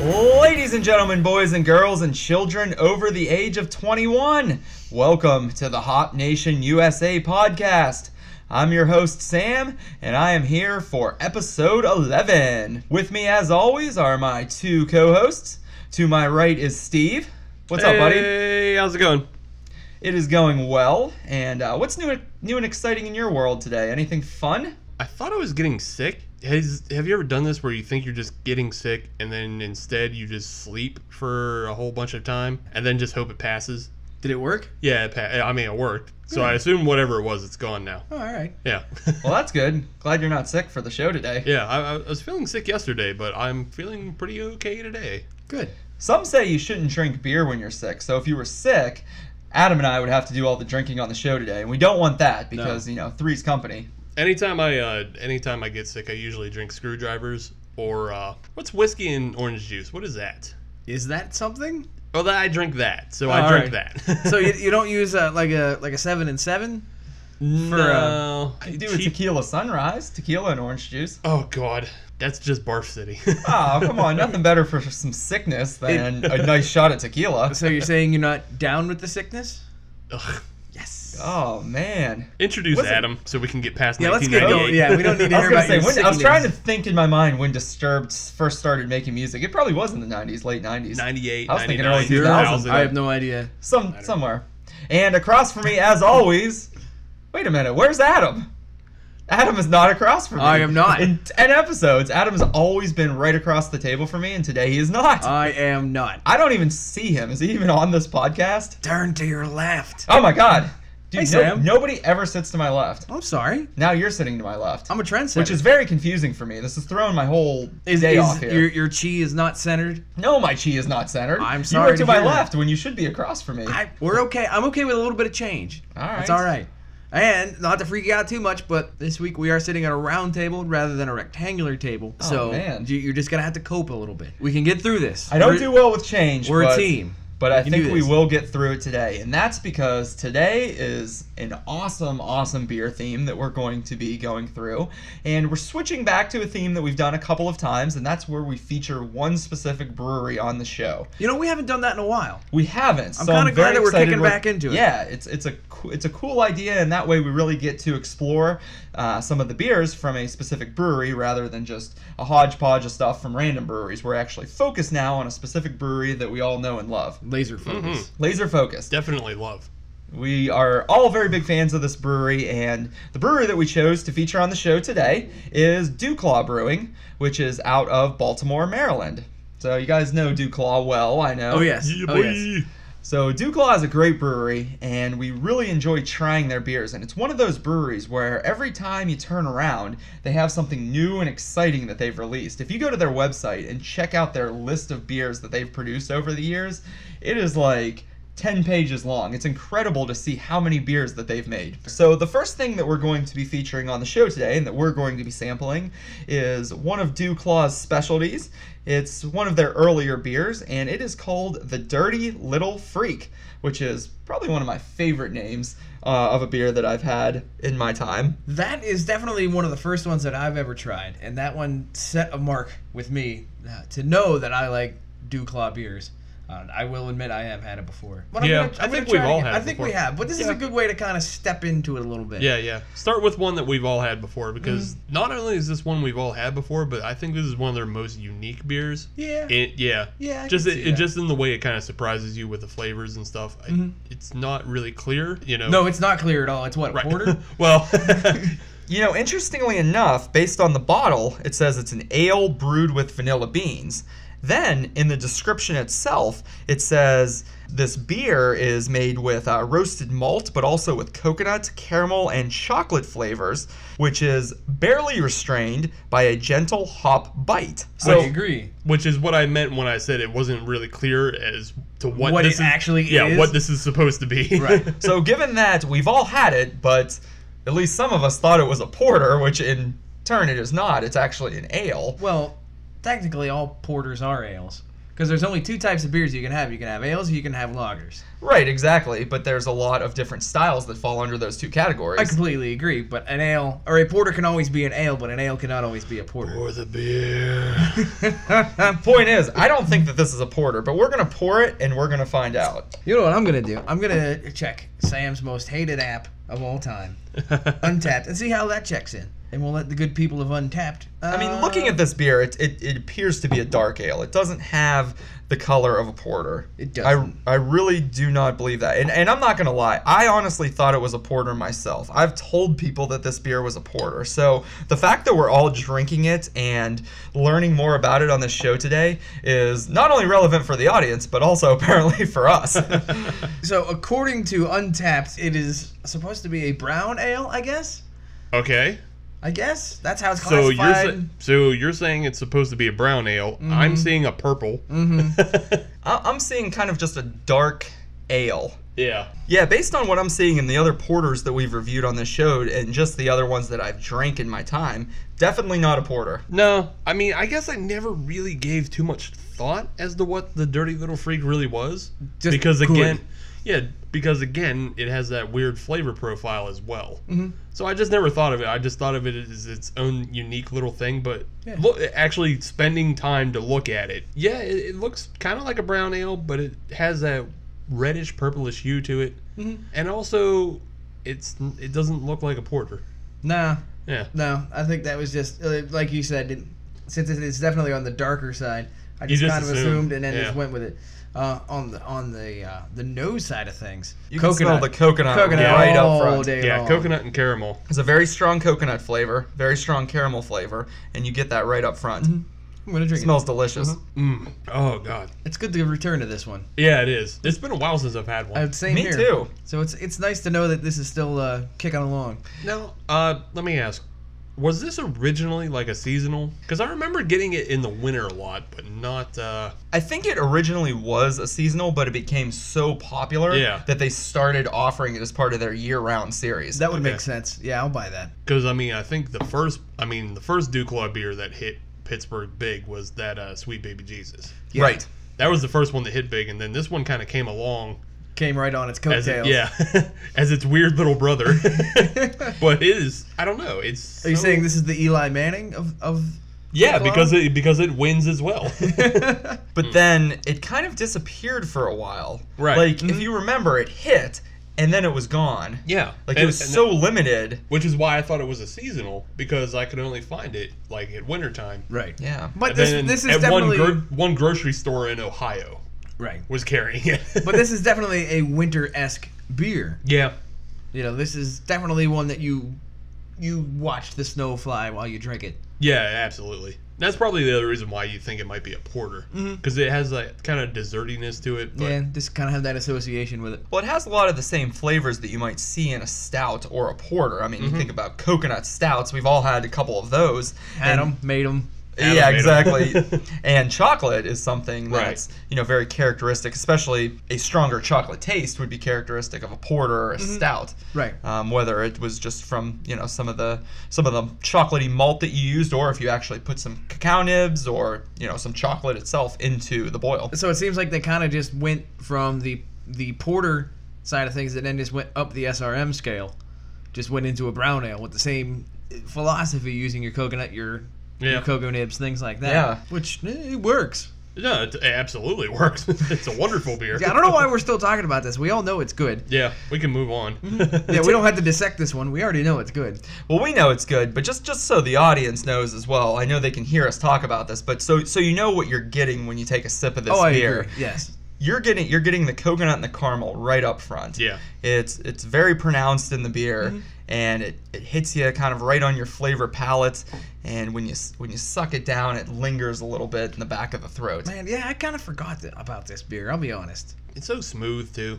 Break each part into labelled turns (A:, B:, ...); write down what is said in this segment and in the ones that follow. A: Ladies and gentlemen, boys and girls, and children over the age of 21, welcome to the Hop Nation USA podcast. I'm your host, Sam, and I am here for episode 11. With me, as always, are my two co hosts. To my right is Steve. What's up, buddy?
B: Hey, how's it going?
A: It is going well. And uh, what's new, new and exciting in your world today? Anything fun?
B: I thought I was getting sick. Has, have you ever done this where you think you're just getting sick and then instead you just sleep for a whole bunch of time and then just hope it passes?
C: Did it work?
B: Yeah, it pa- I mean it worked. So I assume whatever it was, it's gone now.
C: Oh, all right.
B: Yeah,
A: Well, that's good. Glad you're not sick for the show today.
B: yeah. I, I was feeling sick yesterday, but I'm feeling pretty okay today.
C: Good.
A: Some say you shouldn't drink beer when you're sick. So if you were sick, Adam and I would have to do all the drinking on the show today, and we don't want that because you know three's company.
B: Anytime I uh, anytime I get sick, I usually drink screwdrivers or uh, what's whiskey and orange juice? What is that?
C: Is that something?
B: Oh, that I drink that. So
C: All
B: I drink
C: right.
B: that.
C: So you, you don't use uh, like a like a seven and seven?
B: no.
A: I do a
B: uh, Cheap-
A: tequila sunrise, tequila and orange juice.
B: Oh God, that's just barf city.
A: Oh, come on, nothing better for some sickness than a nice shot of tequila.
C: So you're saying you're not down with the sickness?
B: Ugh.
C: Yes.
A: Oh man.
B: Introduce
A: What's it-
B: Adam so we can get past
C: Yeah, let's get
B: 1998.
C: going. Yeah, we don't need to
A: I was,
C: hear
A: gonna
C: about
A: say,
C: your
A: when, I was
C: sickness.
A: trying to think in my mind when Disturbed first started making music. It probably was in the 90s, late 90s.
B: 98,
A: I was thinking
B: 99,
A: early 2000.
C: I have no idea.
A: Some, somewhere. And across from me, as always, wait a minute, where's Adam? Adam is not across from me.
C: I am not.
A: In 10 episodes, Adam has always been right across the table from me, and today he is not.
C: I am not.
A: I don't even see him. Is he even on this podcast?
C: Turn to your left.
A: Oh my god. Dude,
C: Hey,
A: no-
C: Sam.
A: nobody ever sits to my left.
C: I'm sorry.
A: Now you're sitting to my left.
C: I'm a trendsetter.
A: which is very confusing for me. This is throwing my whole
C: is,
A: day
C: is
A: off here.
C: your your chi is not centered.
A: No, my chi is not centered.
C: I'm
A: You were
C: sorry
A: to
C: to
A: my
C: hear that.
A: left when you should be across from me.
C: I, we're okay. I'm okay with a little bit of change.
A: All right.
C: It's all right. And not to freak you out too much, but this week we are sitting at a round table rather than a rectangular table.
A: Oh,
C: so
A: man.
C: you- you're just gonna have to cope a little bit. We can get through this.
A: I don't
C: We're-
A: do well with change.
C: We're
A: but-
C: a team.
A: But I
C: can
A: think
C: do
A: we
C: this.
A: will get through it today. And that's because today is an awesome, awesome beer theme that we're going to be going through. And we're switching back to a theme that we've done a couple of times, and that's where we feature one specific brewery on the show.
C: You know, we haven't done that in a while.
A: We haven't.
C: I'm
A: so
C: kinda glad
A: very
C: that we're
A: excited
C: kicking
A: with-
C: back into it.
A: Yeah, it's it's a coo- it's a cool idea, and that way we really get to explore uh, some of the beers from a specific brewery rather than just a hodgepodge of stuff from random breweries. We're actually focused now on a specific brewery that we all know and love.
C: Laser
B: Mm-hmm.
C: focus.
A: Laser focused.
B: Definitely love.
A: We are all very big fans of this brewery, and the brewery that we chose to feature on the show today is Dewclaw Brewing, which is out of Baltimore, Maryland. So you guys know Dewclaw well, I know.
C: Oh yes.
B: Yeah,
C: oh
B: boy.
C: yes.
A: So Duclaw is a great brewery, and we really enjoy trying their beers. And it's one of those breweries where every time you turn around, they have something new and exciting that they've released. If you go to their website and check out their list of beers that they've produced over the years, it is like 10 pages long. It's incredible to see how many beers that they've made. So, the first thing that we're going to be featuring on the show today and that we're going to be sampling is one of Dewclaw's specialties. It's one of their earlier beers, and it is called the Dirty Little Freak, which is probably one of my favorite names uh, of a beer that I've had in my time.
C: That is definitely one of the first ones that I've ever tried, and that one set a mark with me uh, to know that I like Dewclaw beers. Uh, I will admit I have had it before. But I'm
B: Yeah,
C: gonna-
B: I
C: I'm
B: think
C: gonna
B: we've
C: try it
B: all
C: again.
B: had
C: I
B: it
C: think
B: before.
C: we have, but this is
B: Yeah.
C: a good way to kind of step into it a little bit.
B: Yeah, yeah. Start with one that we've all had before
C: Mm.
B: because not only is this one we've all had before, but I think this is one of their most unique beers.
C: Yeah.
B: It, yeah.
C: Yeah, I
B: just
C: can
B: it,
C: see
B: it
C: that. Mm-hmm.
B: just in the way it kind of surprises you with the flavors and stuff. I- it's not really clear, you know.
C: No, it's not clear at all. It's what a
B: right.
C: quarter.
B: well,
A: You know, interestingly enough, based on the bottle, it says it's an ale brewed with vanilla beans. Then, in the description itself, it says this beer is made with uh, roasted malt, but also with coconut, caramel, and chocolate flavors, which is barely restrained by a gentle hop bite. So,
C: I agree.
B: which is what I meant when I said it wasn't really clear as to what,
C: What
B: this
C: it
B: is-
C: actually
B: yeah,
C: is.
B: what this is supposed to be.
C: Right.
A: so given that we've all had it, but at least some of us thought it was a porter, which in turn it is not. It's actually an ale.
C: Well, technically all porters are ales. Because there's only two types of beers you can have. You can have ales, you can have lagers.
A: Right, exactly. But there's a lot of different styles that fall under those two categories.
C: I completely agree, but an ale or a porter can always be an ale, but an ale cannot always be a porter.
B: Or the beer.
A: Point is, I don't think that this is a porter, but we're gonna pour it and we're gonna find out.
C: You know what I'm gonna do? I'm gonna check Sam's most hated app of all time, Untapped, and see how that checks in. And we'll let the good people of uh, Untapped.
A: I mean, looking at this beer, it, it, it appears to be a dark ale. It doesn't have the color of a porter.
C: It
A: I,
C: doesn't.
A: I really do not believe that. And, and I'm not going to lie. I honestly thought it was a porter myself. I've told people that this beer was a porter. So the fact that we're all drinking it and learning more about it on this show today is not only relevant for the audience, but also apparently for us.
C: so according to Untapped, it is supposed to be a brown ale, I guess.
B: okay.
C: I guess that's how it's
B: So
C: classified. Mm-hmm.
B: you're sa- so you're saying it's supposed to be a brown ale. I'm seeing a purple.
A: I- I'm seeing kind of just a dark ale.
B: yeah.
A: Yeah, based on what I'm seeing in the other porters that we've reviewed on this show and just the other ones that I've drank in my time, definitely not a porter.
B: No, I mean, I guess I never really gave too much thought as to what the Dirty Little Freak really was,
C: Just
B: because
C: good.
B: again, yeah, because again, it has that weird flavor profile as well. Mm-hmm. So I just never thought of it. I just thought of it as its own unique little thing. But
C: Yeah.
B: look, actually spending time to look at it, yeah, it, it looks kind of like a brown ale, but it has that reddish purplish hue to it, mm-hmm. and also it's it doesn't look like a porter.
C: nah,
B: Yeah.
C: no. I think that was just uh, like you said. It, since it- it's definitely on the darker side, I
B: You
C: just,
B: just
C: kind of
B: assumed,
C: assumed, and then just
B: yeah.
C: went with it. Uh, on the on the uh, the nose side of things,
A: You can smell the coconut,
C: coconut
A: right
C: all
A: up front.
C: day
B: Yeah,
C: long.
B: coconut and caramel.
A: It's a very strong coconut flavor, very strong caramel flavor, and you get that right up front.
B: Mm-hmm.
C: I'm gonna drink
A: It
C: it.
A: smells delicious.
B: Mm. Oh God.
C: It's good to return to this one.
B: Yeah, it is. It's been a while since I've had one.
C: Uh, same
A: Oh, Me
C: here.
A: too.
C: So it's it's nice to know that this is still uh, kicking along.
B: now, uh, let me ask: Was this originally like a seasonal? Because I remember getting it in the winter a lot, but not. Uh,
A: I think it originally was a seasonal, but it became so popular
B: Yeah.
A: that they started offering it as part of their year-round series.
C: That would
B: Okay.
C: make sense. Yeah, I'll buy that.
B: because I mean, I think the first, I mean, the first Dew Club beer that hit Pittsburgh big was that uh, Sweet Baby Jesus.
C: Yeah.
A: Right.
B: That was the first one that hit big, and then this one kind of came along
C: Came right on its
B: as
C: coattails.
B: it, yeah, as its weird little brother. but it is, I don't know. It's
C: Are you
B: so-
C: saying this is the Eli Manning of of?
B: Yeah,
C: Club?
B: because it because it wins as well.
A: But
C: Mm.
A: then it kind of disappeared for a while.
B: Right. Mm-hmm.
A: Like if you remember, it hit and then it was gone.
B: yeah,
A: Like it
B: And-
A: was
B: and-
A: so limited.
B: which is why I thought it was a seasonal because I could only find it like at wintertime.
C: Right.
A: Yeah.
C: But
B: And
C: this
B: then
C: this is
B: at
C: definitely
B: one, gro- one grocery store in Ohio
C: right.
B: was carrying it.
C: But this is definitely a winter esque beer.
B: yeah,
C: You know, this is definitely one that you you watch the snow fly while you drink it.
B: yeah, absolutely. That's probably the other reason why you think it might be a porter because it has that kind of desertiness to it. But
C: Mm-hmm. yeah, just kind of have that association with it.
A: Well, it has a lot of the same flavors that you might see in a stout or a porter. I mean,
B: Mm-hmm.
A: you think about coconut stouts. We've all had a couple of those. And-
C: Had 'em, made 'em.
B: Adam
A: yeah,
B: made 'em.
A: exactly. and chocolate is something
B: Right.
A: that's you know very characteristic. Especially a stronger chocolate taste would be characteristic of a porter or a
B: Mm-hmm.
A: stout.
C: Right.
A: Um, whether it was just from you know some of the some of the chocolatey malt that you used, or if you actually put some cacao nibs or you know some chocolate itself into the boil.
C: So it seems like they kind of just went from the the porter side of things and then just went up the SRM scale, just went into a brown ale with the same philosophy using your coconut, your
B: Yeah.
C: your cocoa nibs, things like that.
A: Yeah.
C: which eh, it works.
B: no, it, it absolutely works. it's a wonderful beer.
C: Yeah, I don't know why we're still talking about this. We all know it's good.
B: Yeah, we can move on.
C: Mm-hmm. Yeah, we don't have to dissect this one. We already know it's good.
A: Well, we know it's good, but just just so the audience knows as well, I know they can hear us talk about this, but so so you know what you're getting when you take a sip of this
C: oh, I
A: beer.
C: agree. Yes.
A: You're getting you're getting the coconut and the caramel right up front.
B: Yeah.
A: It's it's very pronounced in the beer
C: Mm-hmm.
A: and it, it hits you kind of right on your flavor palate and when you s- when you suck it down it lingers a little bit in the back of the throat.
C: Man, yeah, I kind of forgot th- about this beer. I'll be honest.
B: It's so smooth too.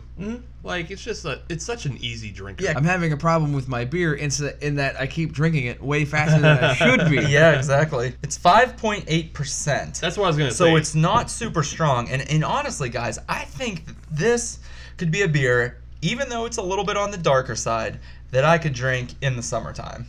B: Like it's just a, it's such an easy drinker.
C: Yeah, Hmm? I'm having a problem with my beer in, s- in that I keep drinking it way faster than I should be.
A: Yeah, exactly. It's 5.8%.
B: that's what I was gonna say.
A: So it's not super strong. And, and honestly, guys, I think that this could be a beer, even though it's a little bit on the darker side, that I could drink in the summertime.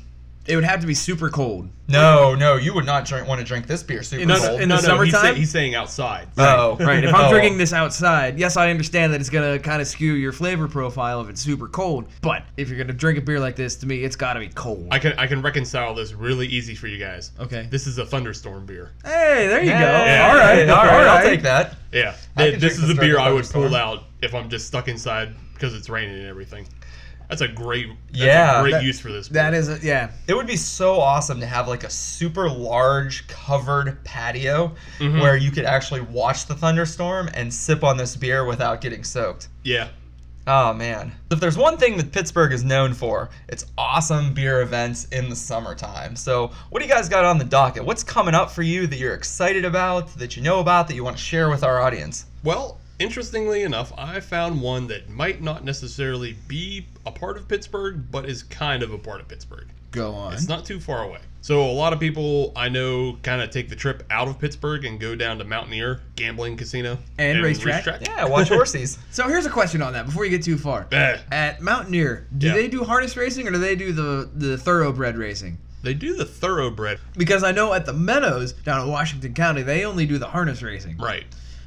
C: It would have to be super cold.
A: No, no, you would not drink, want to drink this beer super
B: No, no,
A: cold.
C: in
B: no,
C: the
B: no, he's
C: summertime?
B: say- He's saying outside.
A: Oh,
C: Right. If I'm
A: Oh.
C: drinking this outside, yes, I understand that it's gonna kind of skew your flavor profile if it's super cold. But if you're gonna drink a beer like this, to me, it's gotta be cold.
B: I can I can reconcile this really easy for you guys.
C: okay.
B: This is a thunderstorm beer.
C: Hey, there you go.
A: Yeah.
C: All right.
A: all right, I'll
C: right.
A: take that.
B: Yeah,
A: I
B: th-
A: can
B: this
A: drink
B: is a
A: this during
B: beer
A: a
B: I would
A: thunderstorm.
B: pull out if I'm just stuck inside because it's raining and everything. That's a great that's
A: Yeah,
B: a great
A: that-
B: use for this. Beer.
C: That is, a, yeah.
A: It would be so awesome to have like a super large covered patio
B: Mhm.
A: where you could actually watch the thunderstorm and sip on this beer without getting soaked.
B: yeah.
A: Oh man. If there's one thing that Pittsburgh is known for, it's awesome beer events in the summertime. So, what do you guys got on the docket? What's coming up for you that you're excited about, that you know about, that you want to share with our audience?
B: Well, interestingly enough, I found one that might not necessarily be a part of Pittsburgh, but is kind of a part of Pittsburgh.
C: Go on.
B: It's not too far away. So a lot of people I know kind of take the trip out of Pittsburgh and go down to Mountaineer Gambling Casino
C: And racetrack.
A: Yeah, watch horses.
C: So here's a question on that before you get too far.
B: Eh,
C: At Mountaineer, do
B: Yeah.
C: they do harness racing or do they do the the thoroughbred racing?
B: they do the thoroughbred
C: Because I know at the Meadows down in Washington County, they only do the harness racing.
B: right.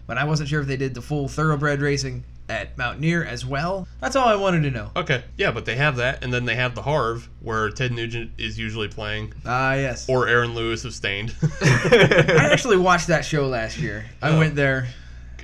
C: But I wasn't sure if they did the full thoroughbred racing at Mountaineer as well. That's all I wanted to know.
B: Okay, yeah, but they have that, and then they have the Harv, where Ted Nugent is usually playing,
C: Ah, yes.
B: or Aaron Lewis of Stained.
C: I actually watched that show last year. I went there.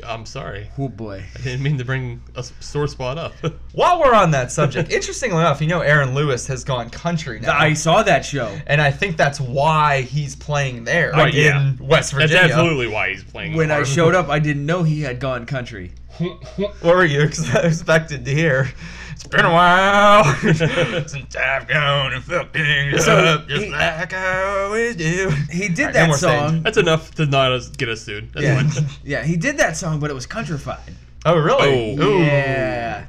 B: I'm sorry,
C: Oh boy.
B: I didn't mean to bring a s- sore spot up.
A: While we're on that subject, interestingly enough, you know Aaron Lewis has gone country now.
C: I saw that show.
A: and I think that's why he's playing there
B: Right,
A: in
B: yeah.
A: West
B: That's
A: Virginia.
B: absolutely why he's playing.
C: When
B: the
C: I
B: Harv.
C: showed up, I didn't know he had gone country.
A: What were you ex- expected to hear? It's been a while since I've gone and fucked things
C: So,
A: up just
C: he-
A: like I always do. All
C: He did
A: right, no
C: that
A: more
C: song.
A: stage.
B: that's enough to not us get us sued. That's
C: Yeah.
B: fine.
C: Yeah, he did that song, but it was countrified.
A: Oh, really?
B: Oh.
A: Ooh.
C: Yeah.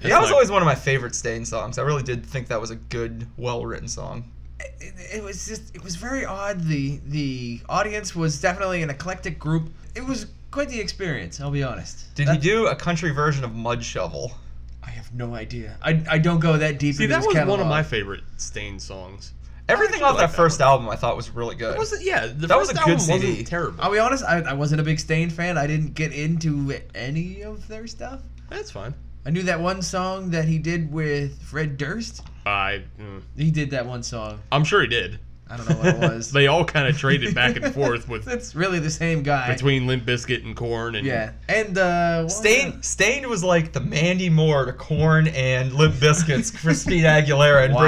A: That
B: That's
A: was
B: like-
A: always one of my favorite Stain songs. I really did think that was a good, well written song.
C: It, it was just it was very odd. The the audience was definitely an eclectic group. It was quite the experience, I'll be honest.
A: Did
C: That-
A: he do a country version of Mud Shovel?
C: I have no idea. I, I don't go that deep
B: See,
C: into
B: that
C: his
B: was one of
C: catalog.
B: my favorite Stain songs.
A: Everything
B: actually
A: off that
B: like that
A: first album I thought was really good.
B: It wasn't, yeah, the
A: That was
B: first
A: a good
B: album
A: CD.
B: wasn't terrible.
C: I'll be honest, I, I wasn't a big Stain fan. I didn't get into any of their stuff.
B: That's fine.
C: I knew that one song that he did with Fred Durst.
B: I, mm,
C: He did that one song.
B: I'm sure he did.
C: I don't know what it was.
B: They all kind of traded back and forth with
C: It's really the same guy.
B: between Limp Bizkit and Corn and
C: yeah, and uh, what was
A: Stained, Stained was like the Mandy Moore to Corn and Limp Biscuits, Christine Aguilera, and
C: Wow.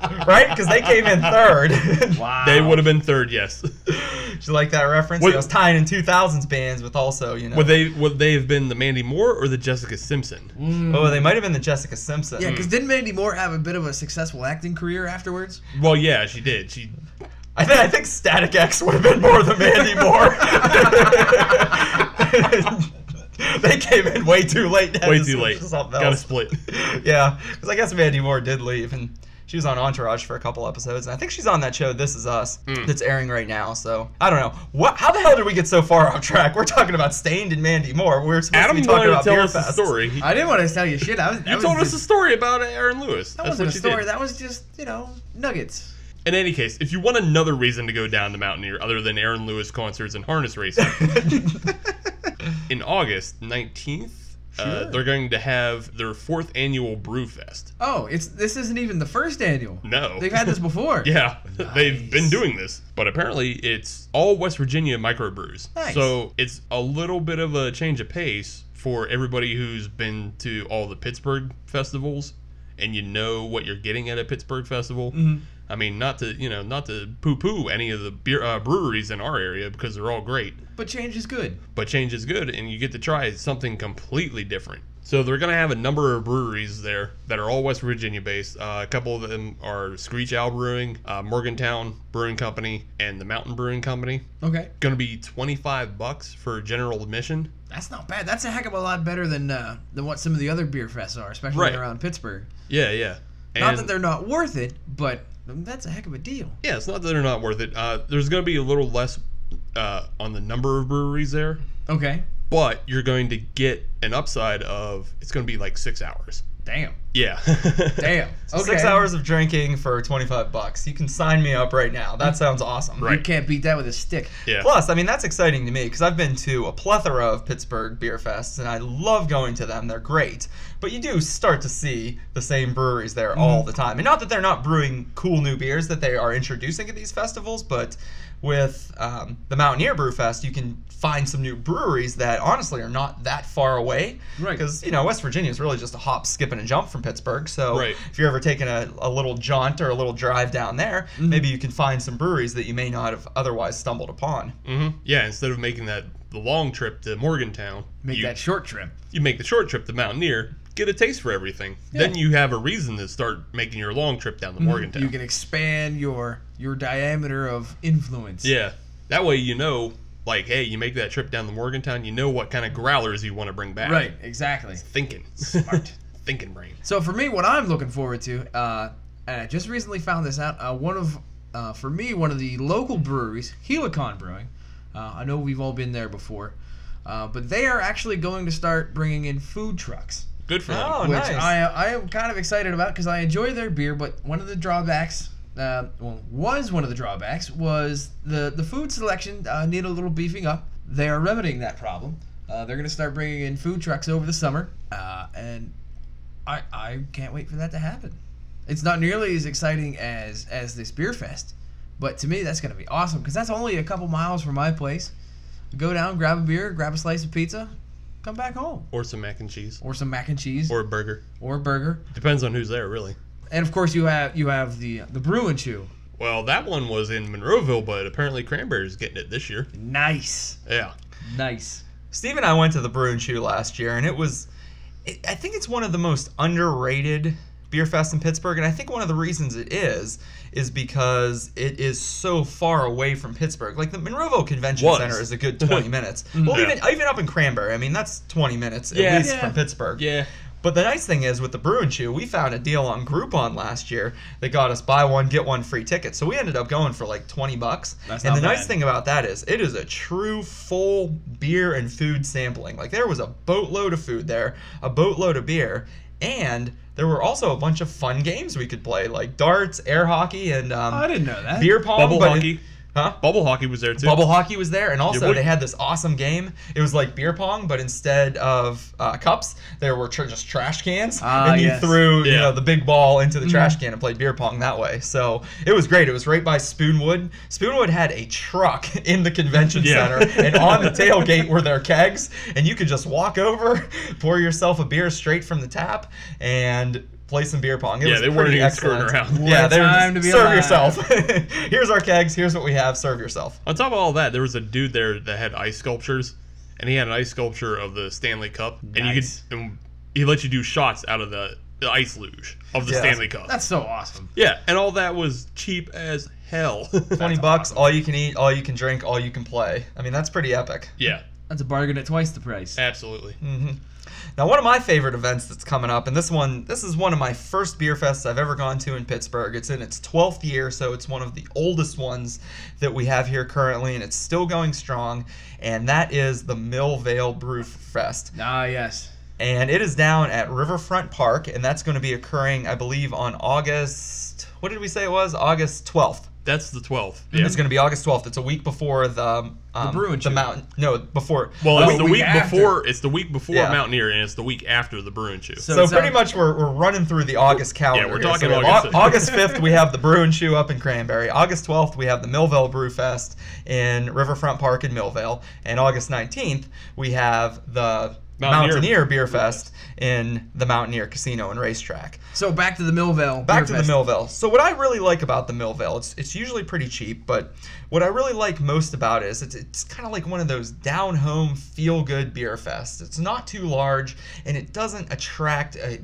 A: Britney Spears, right? Because they came in third.
C: that? Wow.
B: They would have been third, yes.
A: Did you like that reference?
B: Would-
A: it was tying in 2000s bands with also, you know.
B: Would they would they have been the Mandy Moore or the Jessica Simpson?
A: oh, they might have been the Jessica Simpson.
B: Hmm.
C: Yeah, because didn't Mandy Moore have a bit of a successful acting career afterwards?
B: Well, yeah, she did. She
A: I, th- I think Static X would have been more the Mandy Moore. they came in way too late.
B: way too late.
A: Got
B: Got to split.
A: yeah, because I guess Mandy Moore did leave, and she was on Entourage for a couple episodes, and I think she's on that show This Is Us
B: Hmm.
A: that's airing right now. So I don't know. What? How the hell did we get so far off track? We're talking about Stained and Mandy Moore. We We're supposed
B: Adam
A: to be talking
B: wanted to
A: about
B: tell
A: beer
B: us a
A: fests.
B: story. He-
C: I didn't want to tell you shit. I was. That
B: you
C: was
B: told us
C: just-
B: a story about Aaron Lewis.
C: That
B: That's
C: wasn't
B: what
C: a
B: you
C: story.
B: did.
C: That was just you know nuggets.
B: In any case, if you want another reason to go down to Mountaineer other than Aaron Lewis concerts and harness racing, in August 19th, uh,
C: Sure.
B: they're going to have their fourth annual Brewfest.
C: Oh, it's this isn't even the first annual.
B: No.
C: They've had this before.
B: Yeah, they've been
C: Nice.
B: doing this, but apparently it's all West Virginia microbrews.
C: Nice.
B: So it's a little bit of a change of pace for everybody who's been to all the Pittsburgh festivals, and you know what you're getting at a Pittsburgh festival.
C: Mm-hmm.
B: I mean, not to you know, not to poo-poo any of the beer uh, breweries in our area because they're all great,
C: But change is good.
B: but change is good, and you get to try something completely different. So they're gonna have a number of breweries there that are all West Virginia based. Uh, a couple of them are Screech Owl Brewing, uh, Morgantown Brewing Company, and the Mountain Brewing Company.
C: Okay,
B: Gonna be twenty five bucks for general admission.
C: that's not bad. That's a heck of a lot better than uh, than what some of the other beer fests are, especially
B: Right.
C: around Pittsburgh.
B: Yeah, yeah.
C: not
B: And-
C: that they're not worth it, but that's a heck of a deal.
B: Yeah, it's not that they're not worth it. Uh, there's gonna be a little less uh, on the number of breweries there,
C: Okay.
B: but you're going to get an upside of it's gonna be like six hours.
C: Damn.
B: Yeah.
C: Damn. Okay.
A: Six hours of drinking for 25 bucks. You can sign me up right now. That sounds awesome.
B: Mm. Right.
C: You can't beat that with a stick.
B: yeah.
A: Plus, I mean, that's exciting to me because I've been to a plethora of Pittsburgh beer fests and I love going to them. They're great. But you do start to see the same breweries there all the time. And not that they're not brewing cool new beers that they are introducing at these festivals, but with um, the Mountaineer Brew Fest, you can find some new breweries that honestly are not that far away.
C: Right.
A: Because, you know, West Virginia is really just a hop, skip, and a jump from Pittsburgh. So
B: Right.
A: if you're ever taking a, a little jaunt or a little drive down there,
B: Mm-hmm.
A: maybe you can find some breweries that you may not have otherwise stumbled upon.
B: hmm
C: Mm-hmm.
B: Yeah. Instead of making that the long trip to Morgantown,
C: Make
B: you,
C: that short trip.
B: you make the short trip to Mountaineer, get a taste for everything. Then you have a reason to start making your long trip down to Morgantown.
C: Mm-hmm. You can expand your your diameter of influence.
B: Yeah. That way you know, like, hey, you make that trip down to Morgantown, you know what kind of growlers you want to bring back.
C: Right. Exactly.
B: Thinking. Smart. Thinking brain.
C: So for me, what I'm looking forward to, uh, and I just recently found this out. Uh, one of, uh, for me, one of the local breweries, Helicon Brewing. Uh, I know we've all been there before, uh, but they are actually going to start bringing in food trucks,
B: Good for
A: Oh,
B: them.
C: which
A: nice.
C: I I am kind of excited about because I enjoy their beer. But one of the drawbacks, uh, well, was one of the drawbacks was the the food selection uh, need a little beefing up. They are remedying that problem. Uh, they're going to start bringing in food trucks over the summer, uh, and I, I can't wait for that to happen. It's not nearly as exciting as as this beer fest, but to me that's gonna be awesome because that's only a couple miles from my place. Go down, grab a beer, grab a slice of pizza, come back home,
B: Or some mac and cheese.
C: or some mac and cheese, or,
B: Or a burger.
C: a burger,
B: Depends on who's there, really.
C: and of course you have you have the the brew and chew.
B: Well, that one was in Monroeville, but apparently Cranberry's getting it this year.
C: Nice,
B: Yeah.
C: nice.
A: Steve and I went to the Brew and Chew last year, and it was, it, I think it's one of the most underrated beer fests in Pittsburgh, and I think one of the reasons it is is because it is so far away from Pittsburgh. Like the Monroeville Convention
B: Was. Mm-hmm.
A: Center is a good 20 minutes. Well,
B: Yeah.
A: even even up in Cranberry, I mean that's 20 minutes
B: Yeah.
A: at least
C: Yeah.
A: from Pittsburgh.
B: Yeah.
A: But the nice thing is with the Brew and Chew, we found a deal on Groupon last year that got us buy one get one free ticket. So we ended up going for like twenty bucks.
C: That's
A: and
C: not
A: the nice
C: bad.
A: thing about that is it is a true full beer and food sampling. Like there was a boatload of food there, a boatload of beer, and there were also a bunch of fun games we could play like darts, air hockey, and um,
C: Oh, I didn't know that.
A: beer pong.
B: Bubble
A: but it-
B: hockey.
A: huh?
B: Bubble hockey was there too.
A: Bubble hockey was there, and also
B: would-
A: they had this awesome game. It was like beer pong, but instead of uh, cups, there were tr- just trash cans,
C: Ah,
A: and you
C: yes. Mm-hmm.
A: threw you
B: Yeah.
A: know the big ball into the trash can and played beer pong that way. So it was great. It was right by Spoonwood. Spoonwood had a truck in the convention
B: Yeah.
A: center, and on the tailgate were their kegs, and you could just walk over, pour yourself a beer straight from the tap, and play some beer pong. It
B: Yeah,
A: was
B: they weren't
A: pretty
B: even screwing
A: excellent.
B: around.
A: Yeah,
C: What
A: they were just,
C: time to be
A: serve
C: alive."
A: yourself. Here's our kegs. Here's what we have. Serve yourself.
B: On top of all that, there was a dude there that had ice sculptures, and he had an ice sculpture of the Stanley Cup, and you
C: Nice.
B: could, and he let you do shots out of the, the ice luge of the
A: Yeah.
B: Stanley Cup.
C: That's so awesome.
B: yeah, and all that was cheap as hell.
A: 20 bucks, all you can eat, all you can drink, all you can play. I mean, that's pretty epic.
B: yeah,
C: That's a bargain at twice the price.
B: absolutely.
A: hmm Now, one of my favorite events that's coming up, and this one, this is one of my first beer fests I've ever gone to in Pittsburgh. It's in its 12th year, so it's one of the oldest ones that we have here currently, and it's still going strong. And that is the Millvale Brew Fest.
C: Ah, yes.
A: and it is down at Riverfront Park, and that's going to be occurring, I believe, on August. What did we say it was? August twelfth.
B: That's the 12th. Yeah.
A: It's going to be August twelfth. It's a week before the um, the,
C: Brew and Chew.
A: mountain. No, before.
B: Well,
C: Oh,
B: it's the
C: week
B: week
C: after.
B: before. It's the week before
A: Yeah.
B: Mountaineer, and it's the week after the Brew and Chew.
C: So-
A: so
C: it's,
A: pretty
C: uh,
A: much we're, we're running through the August calendar.
B: we're
A: here.
B: talking
A: So we have
B: August.
A: Au- August fifth. We have the Brew and Chew up in Cranberry. August twelfth, we have the Millvale Brew Fest in Riverfront Park in Millvale, and August nineteenth, we have the
B: Mountaineer
A: Mountaineer, Beer Fest in the Mountaineer Casino and Racetrack.
C: So back to the Millvale.
A: Back
C: Beer
A: to
C: Fest.
A: the Millville. So what I really like about the Millville, it's it's usually pretty cheap, but what I really like most about it is it's it's kind of like one of those down home feel good beer fests. It's not too large and it doesn't attract a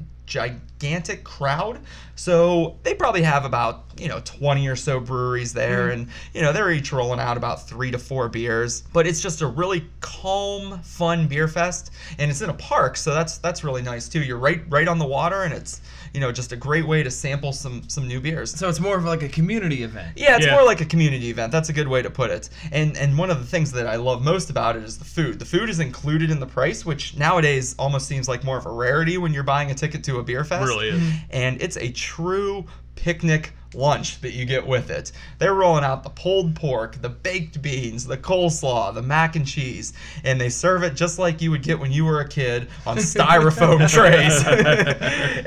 A: gigantic crowd. So they probably have about, you know, 20 or so breweries there and you know, they're each rolling out about 3 to 4 beers, but it's just a really calm, fun beer fest and it's in a park, so that's that's really nice too. You're right right on the water and it's you know, just a great way to sample some some new beers.
C: So it's more of like a community event.
A: Yeah, it's
B: Yeah.
A: more like a community event. That's a good way to put it. And and one of the things that I love most about it is the food. The food is included in the price, which nowadays almost seems like more of a rarity when you're buying a ticket to a beer fest.
B: Really is.
A: And it's a true picnic lunch that you get with it. They're rolling out the pulled pork, the baked beans, the coleslaw, the mac and cheese, and they serve it just like you would get when you were a kid on styrofoam trays.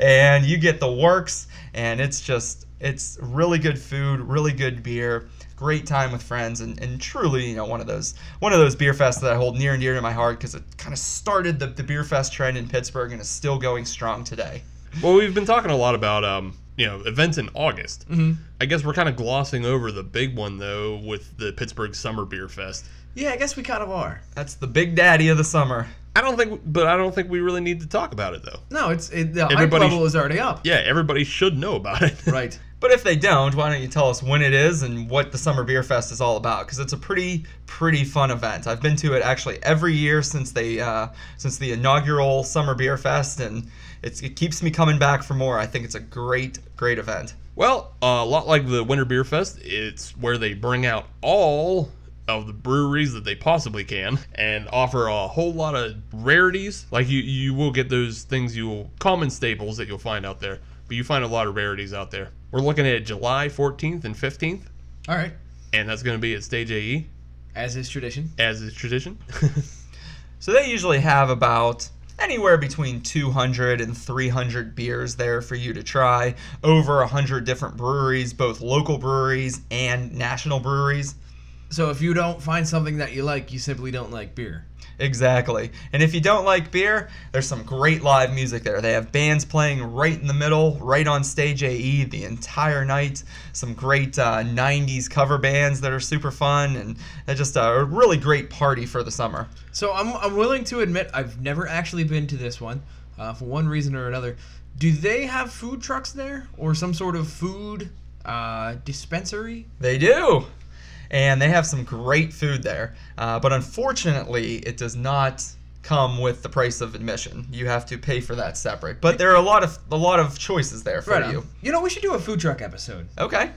A: and you get the works, and it's just it's really good food, really good beer, great time with friends, and, and truly, you know, one of those one of those beer fests that I hold near and dear to my heart because it kind of started the, the beer fest trend in Pittsburgh and is still going strong today.
B: Well, we've been talking a lot about um, you know, events in August.
C: Mhm.
B: I guess we're kind of glossing over the big one though with the Pittsburgh Summer Beer Fest.
C: Yeah, I guess we kind of are.
A: That's the big daddy of the summer.
B: I don't think, but I don't think we really need to talk about it though.
C: No, it's it, the hype
B: Everybody-
C: level is already up.
B: Yeah, everybody should know about it.
C: Right.
A: But if they don't, why don't you tell us when it is and what the Summer Beer Fest is all about? Because it's a pretty, pretty fun event. I've been to it actually every year since they, uh, since the inaugural Summer Beer Fest, and it's, it keeps me coming back for more. I think it's a great, great event.
B: Well, a lot like the Winter Beer Fest, it's where they bring out all of the breweries that they possibly can and offer a whole lot of rarities. Like you, you will get those things you will common staples that you'll find out there, but you find a lot of rarities out there. We're looking at July 14th and 15th,
C: All right.
B: and that's going to be at Stage AE
C: As is tradition.
B: as is tradition.
A: So they usually have about anywhere between 200 and 300 beers there for you to try, over 100 different breweries, both local breweries and national breweries.
C: So if you don't find something that you like, you simply don't like beer.
A: Exactly. And if you don't like beer, there's some great live music there. They have bands playing right in the middle, right on stage AE the entire night. Some great uh, 90s cover bands that are super fun and they're just a really great party for the summer.
C: So I'm, I'm willing to admit I've never actually been to this one, uh, for one reason or another. Do they have food trucks there or some sort of food uh, dispensary?
A: They do. And they have some great food there. Uh, but unfortunately, it does not come with the price of admission. You have to pay for that separate. But there are a lot of a lot of choices there for
C: on.
A: you.
C: You know we should do a food truck episode.
A: Okay.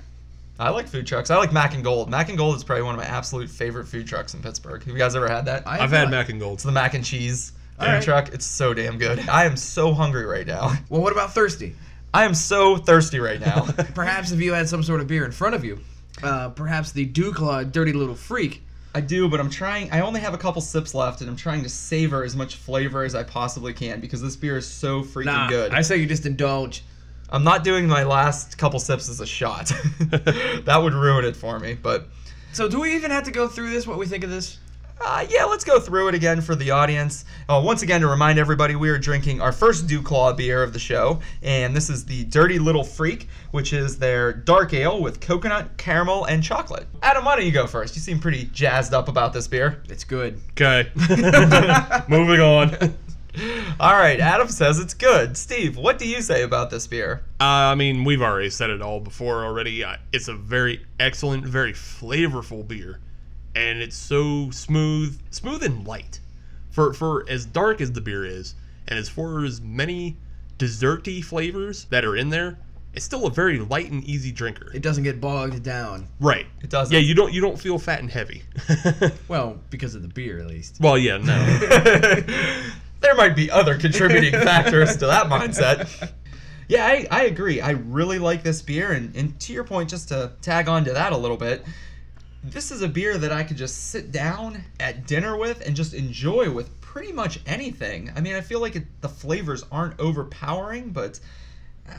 A: I like food trucks. I like Mac and Gold. Mac and Gold is probably one of my absolute favorite food trucks in Pittsburgh. Have you guys ever had that?
C: I
B: I've had
C: not.
B: Mac and Gold.
A: It's the mac and cheese food
C: Alright.
A: truck. It's so damn good. I am so hungry right now.
C: Well, what about thirsty?
A: I am so thirsty right now.
C: Perhaps if you had some sort of beer in front of you, uh, perhaps the Duclaw Dirty Little Freak.
A: I do, but I'm trying. I only have a couple sips left, and I'm trying to savor as much flavor as I possibly can because this beer is so freaking
C: Nah,
A: good.
C: I say you just indulge.
A: I'm not doing my last couple sips as a shot. that would ruin it for me, but.
C: So do we even have to go through this? What we think of this?
A: Uh, yeah, let's go through it again for the audience. Uh, once again, to remind everybody, we are drinking our first Dewclaw beer of the show, and this is the Dirty Little Freak, which is their dark ale with coconut, caramel, and chocolate. Adam, why don't you go first? You seem pretty jazzed up about this beer.
C: It's good.
B: Okay, moving on.
A: All right, Adam says it's good. Steve, what do you say about this beer?
B: Uh, I mean, we've already said it all before already. I, it's a very excellent, very flavorful beer, and it's so smooth, smooth and light. For for as dark as the beer is, and as for as many desserty flavors that are in there, it's still a very light and easy drinker.
C: It doesn't get bogged down.
B: Right.
A: It doesn't.
B: Yeah, you don't you don't feel fat and heavy.
C: Well, because of the beer, at least.
B: well, yeah, no.
A: there might be other contributing factors to that mindset. Yeah, I, I agree. I really like this beer. And, and to your point, just to tag on to that a little bit, this is a beer that I could just sit down at dinner with and just enjoy with pretty much anything. I mean, I feel like it, the flavors aren't overpowering, but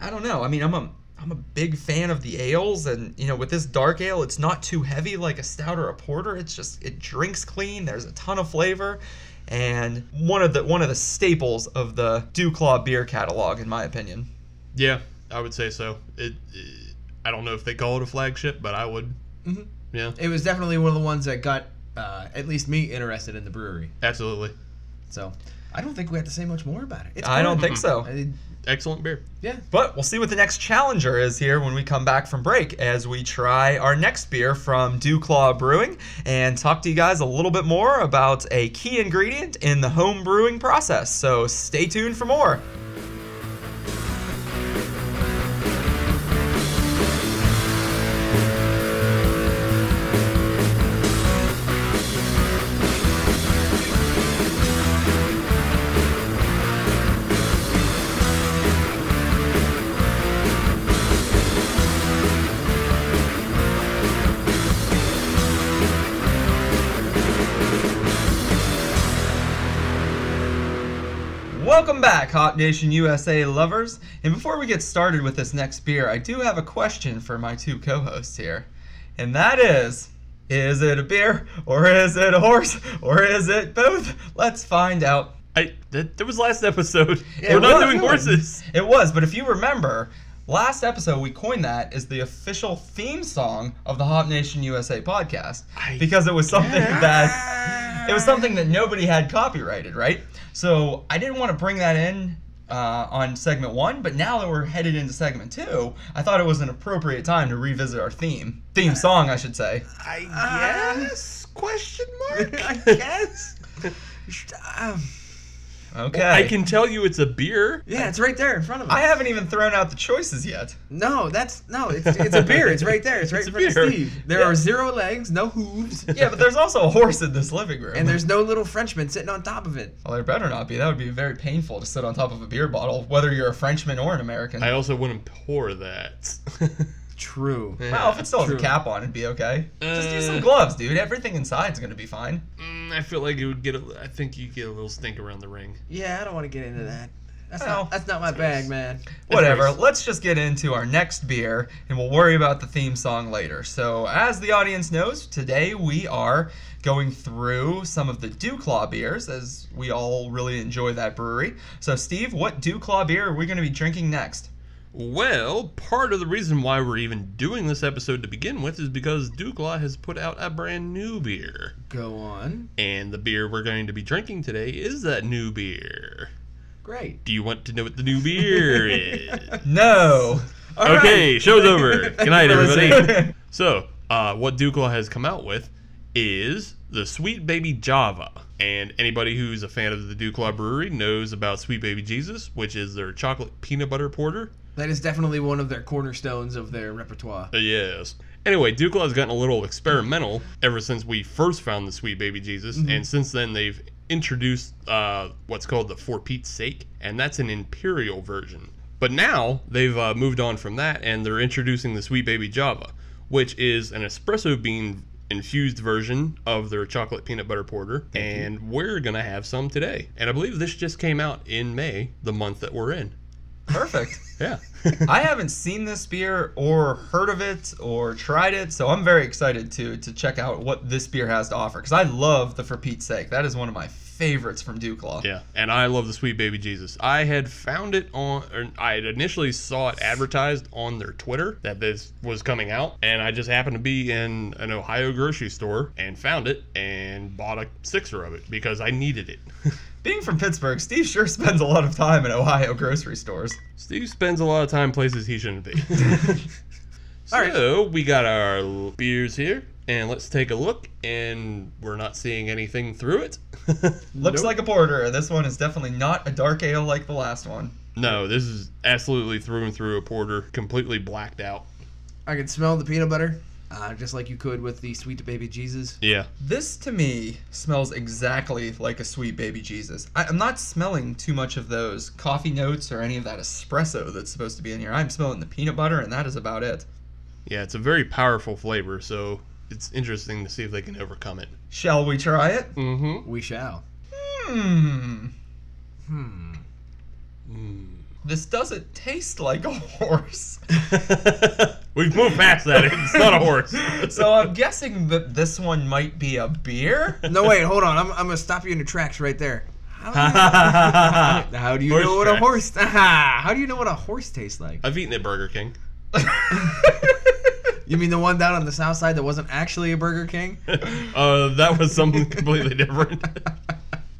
A: I don't know. I mean, I'm a I'm a big fan of the ales, and you know, with this dark ale, it's not too heavy like a stout or a porter. It's just it drinks clean. There's a ton of flavor, and one of the one of the staples of the Dewclaw beer catalog, in my opinion.
B: yeah, I would say so. It, it. I don't know if they call it a flagship, but I would.
A: Mm-hmm.
C: Mhm.
B: Yeah,
C: It was definitely one of the ones that got uh, at least me interested in the brewery.
B: absolutely.
C: So I don't think we have to say much more about it. It's
A: I don't
C: good.
A: think so.
C: I-
B: Excellent beer.
C: yeah.
A: But we'll see what the next challenger is here when we come back from break as we try our next beer from Dewclaw Brewing and talk to you guys a little bit more about a key ingredient in the home brewing process. So stay tuned for more. Welcome back, Hop Nation USA lovers. And before we get started with this next beer, I do have a question for my two co hosts here. And that is Is it a beer, or is it a horse, or is it both? Let's find out.
B: I, that, that was last episode.
A: Yeah,
B: We're not
A: we're
B: doing
A: doing-
B: horses.
A: It was, but if you remember, last episode we coined that as the official theme song of the Hop Nation USA podcast
B: I
A: because it was something that it was something that nobody had copyrighted, right? So I didn't want to bring that in. Uh, on segment one, but now that we're headed into segment two, I thought it was an appropriate time to revisit our theme theme song, I should say.
B: I guess? question mark?
C: I guess. Um,
A: Okay,
B: I can tell you it's a beer.
C: yeah, it's right there in front of us.
A: I haven't even thrown out the choices yet.
C: No, that's no. It's, it's a beer. It's right there. It's right
B: It's
C: in
B: a
C: front of
B: beer.
C: Steve. There are zero legs, no hooves,
A: Yeah, but there's also a horse in this living room.
C: and there's no little Frenchman sitting on top of it.
A: Well, there better not be. That would be very painful to sit on top of a beer bottle, whether you're a Frenchman or an American.
B: I also wouldn't pour that.
C: True.
A: well, if it still has a
C: true.
A: cap on, it'd be okay. Just use some
B: Uh.
A: gloves, dude. Everything inside's gonna be fine.
B: Mm, I feel like it would get. A, I think you get a little stink around the ring.
C: Yeah, I don't want to get into that. That's
A: Well,
C: not that's not my bag, man.
A: Whatever.
B: gross.
A: Let's just get into our next beer, and we'll worry about the theme song later. So, as the audience knows, today we are going through some of the Dewclaw beers, as we all really enjoy that brewery. So, Steve, what Dewclaw beer are we gonna be drinking next?
B: Well, part of the reason why we're even doing this episode to begin with is because Duke Law has put out a brand new beer.
C: Go on.
B: And the beer we're going to be drinking today is that new beer.
C: Great.
B: Do you want to know what the new beer is?
A: No.
C: All
B: okay,
C: right.
B: show's over. Good night,
C: you for
B: everybody.
C: listening.
B: so, uh, what Dukla has come out with is the Sweet Baby Java. And anybody who's a fan of the Dukla Brewery knows about Sweet Baby Jesus, which is their chocolate peanut butter porter.
C: That is definitely one of their cornerstones of their repertoire.
B: Uh, yes. Anyway, Dukla has gotten a little experimental ever since we first found the Sweet Baby Jesus, and since then they've introduced uh, what's called the For Pete's Sake, and that's an imperial version. But now they've uh, moved on from that, and they're introducing the Sweet Baby Java, which is an espresso bean infused version of their chocolate peanut butter porter, and we're gonna have some today. And I believe this just came out in May, the month that we're in.
A: Perfect.
B: Yeah.
A: I haven't seen this beer or heard of it or tried it, so I'm very excited to to check out what this beer has to offer because I love the For Pete's Sake. That is one of my favorites from Duke Law.
B: Yeah, and I love the Sweet Baby Jesus. I had found it on, or I had initially saw it advertised on their Twitter that this was coming out, and I just happened to be in an Ohio grocery store and found it and bought a sixer of it because I needed it.
A: Being from Pittsburgh, Steve sure spends a lot of time in Ohio grocery stores.
B: Steve spends a lot of time places he shouldn't be.
C: All right.
B: so we got our l- beers here, and let's take a look. And we're not seeing anything through it.
A: Looks like a porter. This one is definitely not a dark ale like the last one.
B: no, this is absolutely through and through a porter, completely blacked out.
C: I can smell the peanut butter, uh, just like you could with the sweet baby Jesus.
B: Yeah.
A: This to me smells exactly like a sweet baby Jesus. I, I'm not smelling too much of those coffee notes or any of that espresso that's supposed to be in here. I'm smelling the peanut butter, and that is about it.
B: Yeah, it's a very powerful flavor, so it's interesting to see if they can overcome it.
A: Shall we try it?
B: Mm-hmm.
C: We shall.
A: Hmm.
C: Hmm.
A: This doesn't taste like a horse.
B: We've moved past that. It's not a horse.
A: so I'm guessing that this one might be a beer?
C: No, wait, hold on. I'm, I'm gonna stop you in your tracks right there. How do you, How do you
B: Horse Uh,
C: know what
B: tracks.
C: a horse? How do you know what a horse tastes like?
B: I've eaten at Burger King.
C: You mean the one down on the south side that wasn't actually a Burger King?
B: Uh, that was something completely different.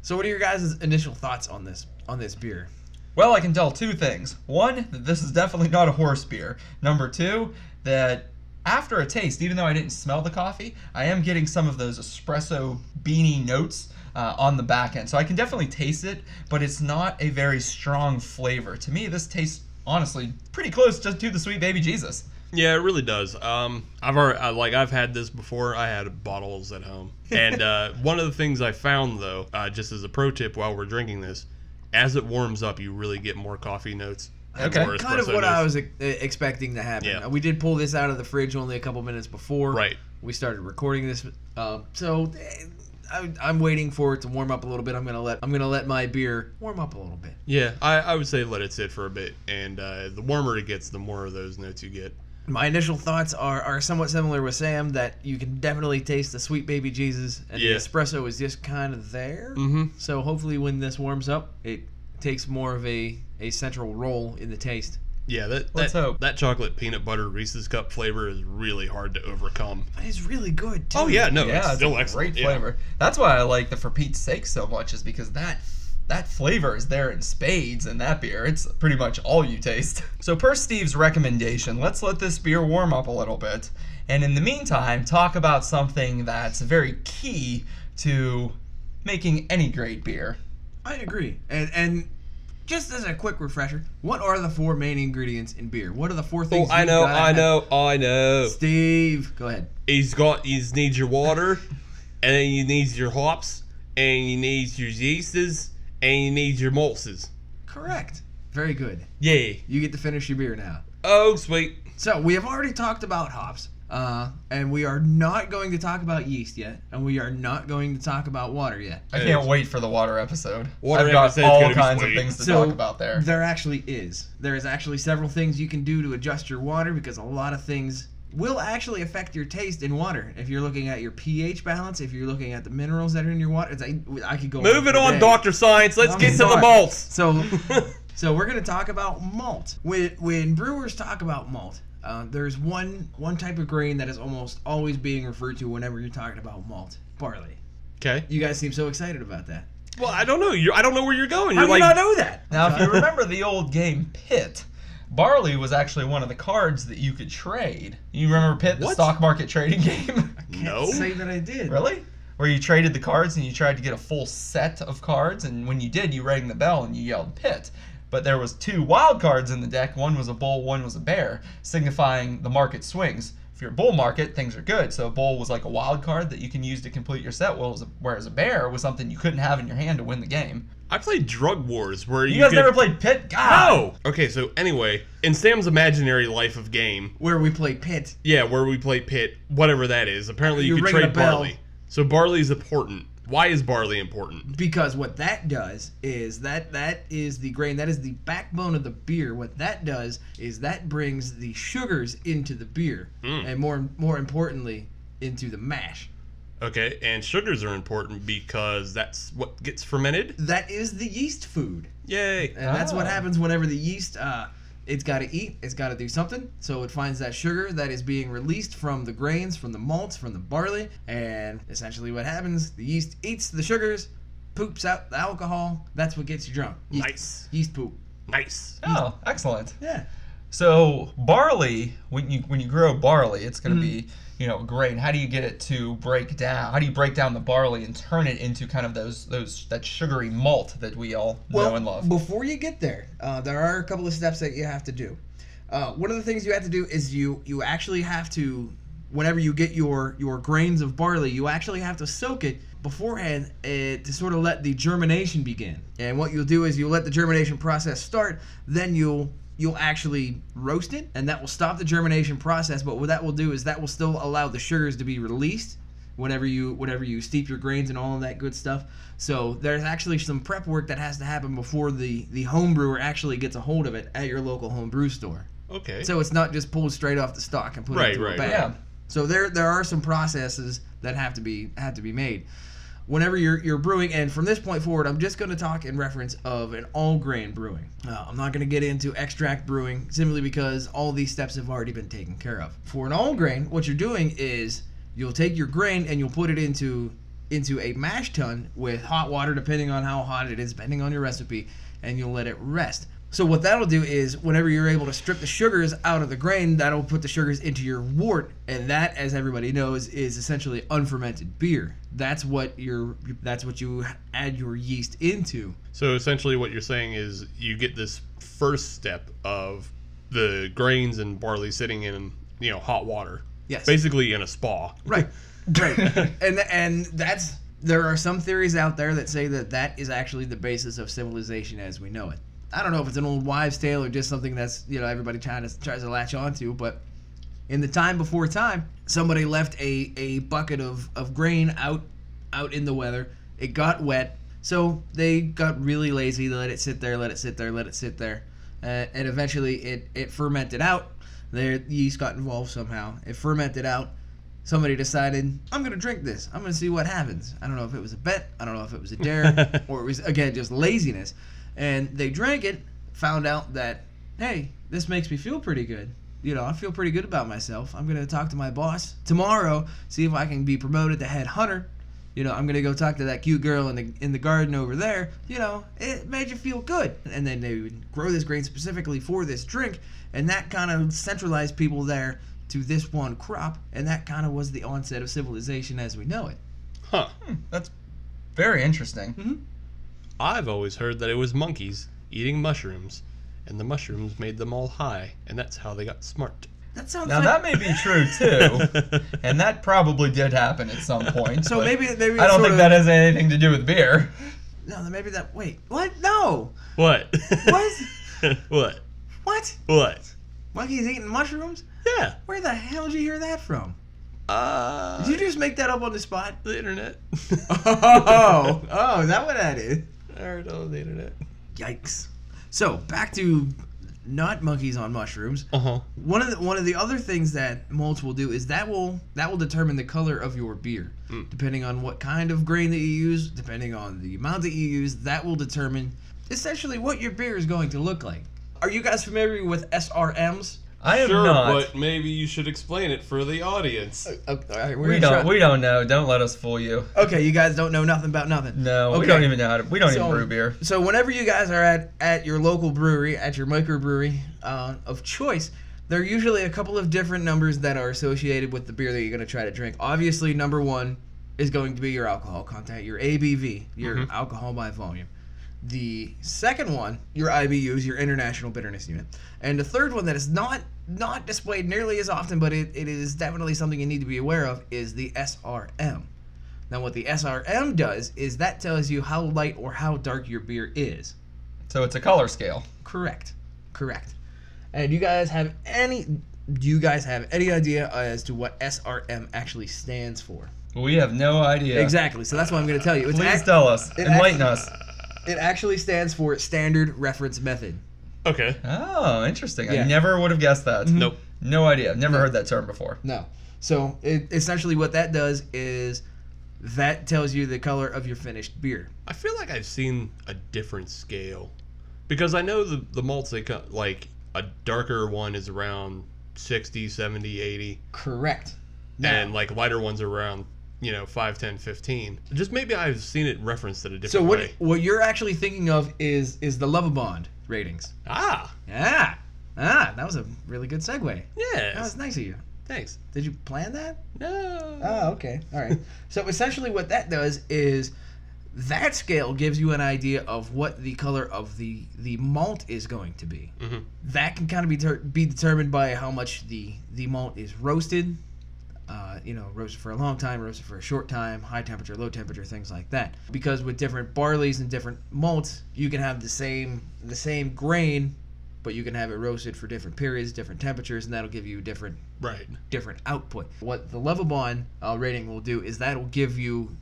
C: So, what are your guys' initial thoughts on this on this beer?
A: well, I can tell two things. One, that this is definitely not a horse beer. Number two, that after a taste, even though I didn't smell the coffee, I am getting some of those espresso beanie notes. Uh, on the back end. So I can definitely taste it, but it's not a very strong flavor. To me, this tastes honestly pretty close just to the sweet baby Jesus.
B: yeah, it really does. Um, I've already, I, like I've had this before. I had bottles at home, and uh, one of the things I found though, uh, just as a pro tip while we're drinking this, as it warms up, you really get more coffee notes. and
A: Okay.
B: more
C: Kind of
B: espresso
C: what I
B: notes.
C: was e- expecting to happen. Uh,
B: Yeah.
C: We did pull this out of the fridge only a couple minutes before
B: Right.
C: we started recording this. Um, so, eh, I, I'm waiting for it to warm up a little bit. I'm gonna let I'm gonna let my beer warm up a little bit.
B: Yeah, I, I would say let it sit for a bit, and uh, the warmer it gets, the more of those notes you get.
C: My initial thoughts are, are somewhat similar with Sam that you can definitely taste the sweet baby Jesus and
B: Yeah.
C: the espresso is just kind of there.
B: Mm-hmm.
C: So hopefully when this warms up, it takes more of a, a central role in the taste.
B: Yeah, that
A: Let's
B: that,
A: hope.
B: that chocolate peanut butter Reese's cup flavor is really hard to overcome.
C: But it's really good too.
B: Oh yeah, no,
A: yeah,
B: it's still
A: a
B: excellent.
A: Great
B: yeah.
A: flavor. That's why I like the for Pete's sake so much, is because that that flavor is there in spades in that beer. It's pretty much all you taste. So per Steve's recommendation, let's let this beer warm up a little bit, and in the meantime, talk about something that's very key to making any great beer.
C: I agree. And and just as a quick refresher, what are the four main ingredients in beer? What are the four
B: Oh,
C: things?
B: I
C: you
B: know,
C: gotta
B: I
C: have?
B: know, I know.
C: Steve, go ahead.
B: He's got, he's needs your water, and then you needs your hops, and you needs your yeasts, and you needs your malts.
C: Correct. Very good.
B: Yeah.
C: You get to finish your beer now.
B: Oh sweet.
C: So we have already talked about hops, uh, and we are not going to talk about yeast yet, and we are not going to talk about water yet.
A: I
B: Yeah,
A: can't
B: it's-
A: wait for the water episode.
B: Water
A: I've got
B: episode's gonna
A: all
B: be
A: kinds of
B: sweet.
A: things to
C: So-
A: talk about there.
C: There actually is. There is actually several things you can do to adjust your water because a lot of things will actually affect your taste in water. If you're looking at your pH balance, if you're looking at the minerals that are in your water, it's, I, I could go.
B: Moving
C: for
B: on,
C: days.
B: Doctor Science. Let's
C: I'm
B: get to the
C: sorry.
B: malts.
C: So, so we're gonna talk about malt. When when brewers talk about malt, uh, there's one one type of grain that is almost always being referred to whenever you're talking about malt, barley.
B: Okay.
C: You guys seem so excited about that.
B: Well, I don't know. You, I don't know where you're going.
C: How
B: You're like,
C: do you not know that?
A: Now, if you remember the old game Pit, barley was actually one of the cards that you could trade. You remember Pit, the
B: What?
A: stock market trading game?
C: Can't
B: no.
C: say that I did.
A: really? Where you traded the cards and you tried to get a full set of cards, and when you did, you rang the bell and you yelled Pit. But there was two wild cards in the deck. One was a bull, one was a bear, signifying the market swings. If you're a bull market, things are good. So a bull was like a wild card that you can use to complete your set, whereas a, whereas a bear was something you couldn't have in your hand to win the game.
B: I played Drug Wars, where you,
A: You, guys
B: could-
A: never played Pit? God!
B: Oh. Okay. So anyway, in Sam's imaginary life of game,
C: Where we play pit.
B: Yeah, where we play pit, whatever that is. Apparently, you,
C: You
B: could
C: ring a
B: trade
C: bell.
B: barley. So barley is important. Why is barley important?
C: Because what that does is that that is the grain that is the backbone of the beer. What that does is that brings the sugars into the beer,
B: Mm.
C: and more more importantly, into the mash.
B: Okay, and sugars are important because that's what gets fermented.
C: That is the yeast food,
B: Yay!
C: and that's what
A: Ah.
C: happens whenever the yeast uh, it's got to eat, it's got to do something, so it finds that sugar that is being released from the grains, from the malts, from the barley, and essentially what happens: the yeast eats the sugars, poops out the alcohol. That's what gets you drunk. Yeast,
B: Nice,
C: yeast poop.
B: nice.
A: Oh, excellent.
C: Yeah.
A: So barley, when you when you grow barley, it's going to be
C: Mm-hmm.
A: you know grain. How do you get it to break down? How do you break down the barley and turn it into kind of those those that sugary malt that we all know and love?
C: Before you get there, uh, there are a couple of steps that you have to do. Uh, one of the things you have to do is you you actually have to, whenever you get your your grains of barley, you actually have to soak it beforehand uh, to sort of let the germination begin. And what you'll do is you'll let the germination process start. Then you'll you'll actually roast it, and that will stop the germination process. But what that will do is that will still allow the sugars to be released whenever you whenever you steep your grains and all of that good stuff. So there's actually some prep work that has to happen before the the home brewer actually gets a hold of it at your local home brew store.
B: Okay.
C: So it's not just pulled straight off the stock and put
B: Right,
C: into
B: right,
C: a bag.
A: right. Yeah.
C: So there there are some processes that have to be have to be made. Whenever you're, you're brewing, and from this point forward, I'm just going to talk in reference of an all grain brewing. Uh, I'm not going to get into extract brewing simply because all these steps have already been taken care of. For an all grain, what you're doing is you'll take your grain and you'll put it into into a mash tun with hot water, depending on how hot it is, depending on your recipe, and you'll let it rest. So what that'll do is, whenever you're able to strip the sugars out of the grain, that'll put the sugars into your wort, and that, as everybody knows, is essentially unfermented beer. That's what your that's what you add your yeast into.
B: So essentially, what you're saying is you get this first step of the grains and barley sitting in you know hot water,
C: Yes.
B: basically in a spa.
C: Right. Right. and and that's there are some theories out there that say that that is actually the basis of civilization as we know it. I don't know if it's an old wives' tale or just something that's you know everybody tries to, tries to latch onto, but in the time before time, somebody left a, a bucket of, of grain out out in the weather. It got wet, so they got really lazy. They let it sit there, let it sit there, let it sit there, uh, and eventually it it fermented out. Their yeast got involved somehow. It fermented out. Somebody decided, I'm gonna drink this. I'm gonna see what happens. I don't know if it was a bet. I don't know if it was a dare, or it was again just laziness. And they drank it. Found out that hey, this makes me feel pretty good. You know, I feel pretty good about myself. I'm gonna talk to my boss tomorrow, see if I can be promoted to head hunter. You know, I'm gonna go talk to that cute girl in the in the garden over there. You know, it made you feel good. And then they would grow this grain specifically for this drink, and that kind of centralized people there to this one crop, and that kind of was the onset of civilization as we know it.
B: Huh.
A: Hmm, That's very interesting.
C: Hmm.
B: I've always heard that it was monkeys eating mushrooms, and the mushrooms made them all high, and that's how they got smart.
C: That sounds
A: Now
C: like
A: that may be true too, and that probably did happen at some point.
C: so
A: but
C: maybe maybe
A: I don't
C: sort
A: think
C: of,
A: that has anything to do with beer.
C: no maybe that wait what no
B: What?
C: What?
B: what?
C: what
B: What?
C: monkeys eating mushrooms
B: Yeah.
C: Where the hell did you hear that from?
B: Uh,
C: Did you just make that up on the spot?
B: the internet.
C: Oh, oh, is that what that is?
B: I heard it on the internet.
C: Yikes! So back to not monkeys on mushrooms.
B: Uh huh.
C: One of the one of the other things that molds will do is that will that will determine the color of your beer,
B: Mm.
C: depending on what kind of grain that you use, depending on the amount that you use. That will determine essentially what your beer is going to look like. Are you guys familiar with SRMs?
A: I am not.
B: maybe you should explain it for the audience.
C: Oh, all right, we're
A: we
C: gonna
A: don't.
C: try-
A: We don't know. Don't let us fool you.
C: okay, you guys don't know nothing about nothing.
A: No, we
C: Okay.
A: don't even know how to. We don't
C: So-
A: even brew beer.
C: So whenever you guys are at at your local brewery, at your microbrewery uh, of choice, there are usually a couple of different numbers that are associated with the beer that you're going to try to drink. Obviously, number one is going to be your alcohol content, your ABV, your
A: Mm-hmm.
B: Mhm.
C: alcohol by volume. The second one, your IBUs, your international bitterness unit, and the third one that is not not displayed nearly as often, but it, it is definitely something you need to be aware of is the SRM. Now, what the SRM does is that tells you how light or how dark your beer is.
A: So it's a color scale.
C: Correct. Correct. And you guys have any? Do you guys have any idea as to what SRM actually stands for?
A: We have no idea.
C: Exactly. So that's what I'm going to tell you. It's
A: Please
C: ac-
A: tell us.
C: it
A: Enlighten
C: act-
A: us.
C: It actually stands for Standard Reference Method.
B: Okay.
A: Oh, interesting.
C: Yeah.
A: I never would have guessed that.
B: Nope.
A: No idea. I've never heard that term before.
C: No. So it, essentially, what that does is that tells you the color of your finished beer.
B: I feel like I've seen a different scale because I know the the malts they cut like a darker one is around 60, 70, 80
C: Correct.
B: and like lighter ones are around, you know, 5, 10, 15. Just maybe I've seen it referenced in a different
C: So what
B: way.
C: what you're actually thinking of is is the Love Bond ratings.
B: Ah,
C: Ah, ah, that was a really good segue. That
B: yes.
C: was nice of you.
B: Thanks.
C: Did you plan that?
B: No.
C: Oh, okay. All right. so essentially, what that does is that scale gives you an idea of what the color of the the malt is going to be.
B: Mhm.
C: That can kind of be ter- be determined by how much the the malt is roasted. Uh, you know, roasted for a long time, roasted for a short time, high temperature, low temperature, things like that. Because with different barleys and different malts, you can have the same the same grain, but you can have it roasted for different periods, different temperatures, and that'll give you different
B: Right.
C: different output. What the Levabon uh, rating will do is that'll give you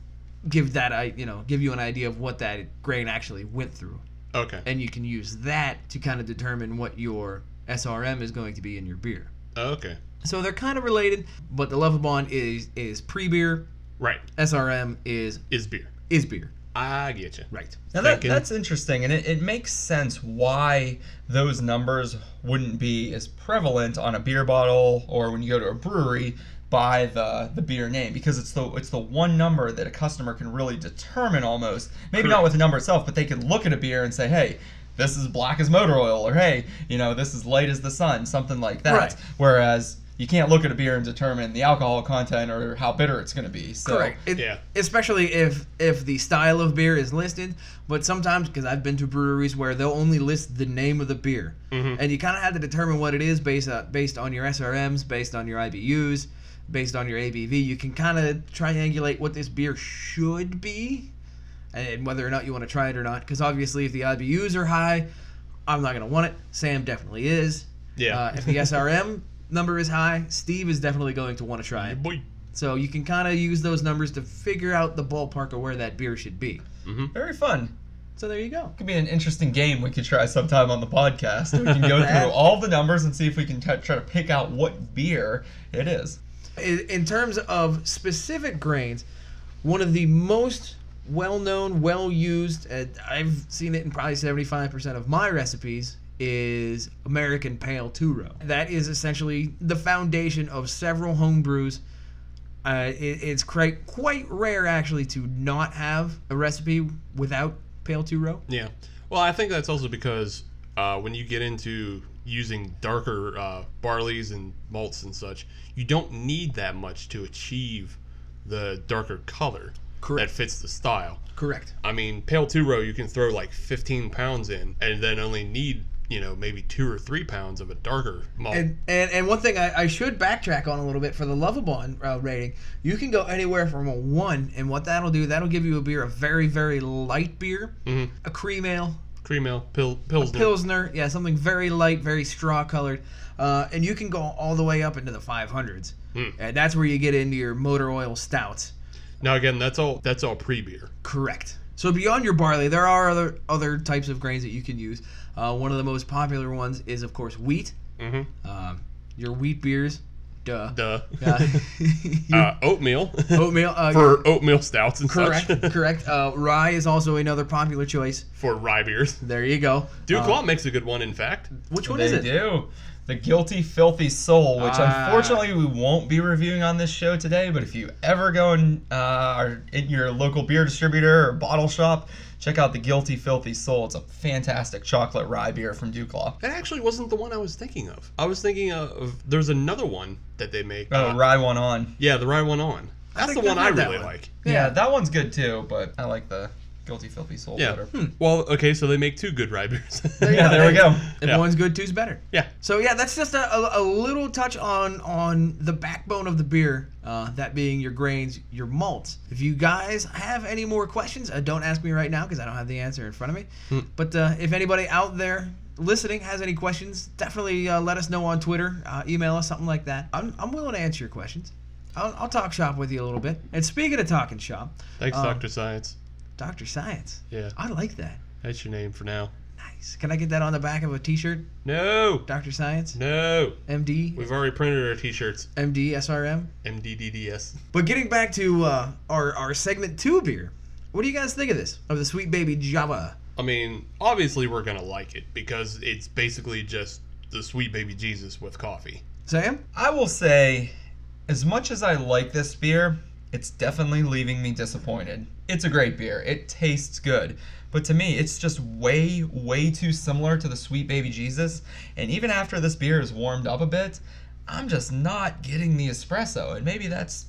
C: give that I you know give you an idea of what that grain actually went through,
B: Okay.
C: and you can use that to kind of determine what your SRM is going to be in your beer.
B: Okay.
C: So they're kind of related, but the Levabon is is pre beer,
B: Right.
C: SRM is
B: Is beer.
C: is beer.
B: I get you.
C: Right.
A: Now that,
B: thinking.
A: that's interesting, and it, it makes sense why those numbers wouldn't be as prevalent on a beer bottle or when you go to a brewery by the, the beer name because it's the it's the one number that a customer can really determine almost. Maybe not
B: Correct.
A: with the number itself, but they could look at a beer and say, hey, this is black as motor oil, or hey, you know, this is light as the sun, something like that.
C: Right.
A: Whereas you can't look at a beer and determine the alcohol content or how bitter it's going to be. So
C: Correct. It-
B: Yeah.
C: Especially if if the style of beer is listed, but sometimes because I've been to breweries where they'll only list the name of the beer,
B: Mhm.
C: and you kind of have to determine what it is based on based on your SRMs, based on your IBUs, based on your ABV. You can kind of triangulate what this beer should be, and whether or not you want to try it or not. Because obviously, if the IBUs are high, I'm not gonna want it. Sam definitely is.
B: Yeah.
C: Uh, if the SRM number is high, Steve is definitely going to want to try it.
B: Boy.
C: So you can kind of use those numbers to figure out the ballpark of where that beer should be.
A: Very fun.
C: So there you go.
A: Could be an interesting game we could try sometime on the podcast. We can go
C: That-
A: through all the numbers and see if we can t- try to pick out what beer it is.
C: in, in terms of specific grains, one of the most well-known, well-used, uh, I've seen it in probably 75% of my recipes is American Pale Turo. That is essentially the foundation of several home brews. Uh, it, it's quite quite rare actually to not have a recipe without Pale Turo.
B: Yeah. Well, I think that's also because uh, when you get into using darker uh, barleys and malts and such, you don't need that much to achieve the darker color
C: Correct.
B: that fits the style.
C: Correct.
B: I mean, pale two row, you can throw like 15 pounds in and then only need, you know, maybe two or three pounds of a darker malt.
C: And, and, and one thing I, I should backtrack on a little bit for the Lovable uh, rating, you can go anywhere from a one, and what that'll do, that'll give you a beer, a very very light beer,
B: Mhm.
C: a cream ale,
B: Cream ale, pil- pilsner.
C: pilsner, yeah, something very light, very straw colored, uh, and you can go all the way up into the 500s,
B: Mm.
C: and that's where you get into your motor oil stouts.
B: now again, that's all. That's all pre-beer.
C: Correct. So beyond your barley, there are other other types of grains that you can use. Uh, one of the most popular ones is of course wheat.
B: Mm-hmm.
C: Um, your wheat beers, duh.
B: Duh.
C: Uh,
B: uh, oatmeal.
C: oatmeal uh,
B: for oatmeal stouts and
C: correct
B: such.
C: correct uh, rye is also another popular choice
B: for rye beers.
C: there you go
B: Duke
C: Uh,
B: Law makes a good one, in fact.
C: which one
A: they
C: is it
A: do. The Guilty Filthy Soul, which
C: Ah.
A: unfortunately we won't be reviewing on this show today, but if you ever go in, uh, are in your local beer distributor or bottle shop, check out the Guilty Filthy Soul. It's a fantastic chocolate rye beer from Duke Law.
B: That actually wasn't the one I was thinking of. I was thinking of, of there's another one that they make.
A: Oh,
C: Ah.
B: Uh,
A: rye one on.
B: yeah, the rye one on. That's
C: think
B: the one
C: I've
B: I
C: had that
B: really
C: one.
B: like.
A: Yeah.
C: Yeah.
A: that one's good too, but I like the Guilty Filthy Soul
B: Yeah.
A: better.
C: Hmm.
B: Well, okay, so they make two good rye beers.
C: There you
A: Yeah,
C: go.
A: there we go.
C: if
B: Yeah.
C: one's good two's better
B: yeah.
C: so yeah that's just a, a, a little touch on on the backbone of the beer uh, that being your grains your malts if you guys have any more questions uh, don't ask me right now because i don't have the answer in front of me but uh, if anybody out there listening has any questions definitely uh, let us know on twitter uh, email us something like that i'm, I'm willing to answer your questions I'll, I'll talk shop with you a little bit. And speaking of talking shop,
B: Thanks,
C: Um,
B: Doctor Science.
C: Dr. Science.
B: Yeah,
C: I like that.
B: that's your name for now.
C: Nice. Can I get that on the back of a t-shirt?
B: No,
C: Dr. Science?
B: no.
C: MD?
B: We've already printed our T-shirts.
C: MD, SRM?
B: MDDDS.
C: But getting back to uh, our, our segment two beer, what do you guys think of this? Of the Sweet Baby Java?
B: I mean, obviously we're gonna like it because it's basically just the sweet baby Jesus with coffee.
C: Sam?
A: I will say, as much as I like this beer, it's definitely leaving me disappointed. It's a great beer. It tastes good. But to me, it's just way, way too similar to the Sweet Baby Jesus. And even after this beer is warmed up a bit, I'm just not getting the espresso. And maybe that's,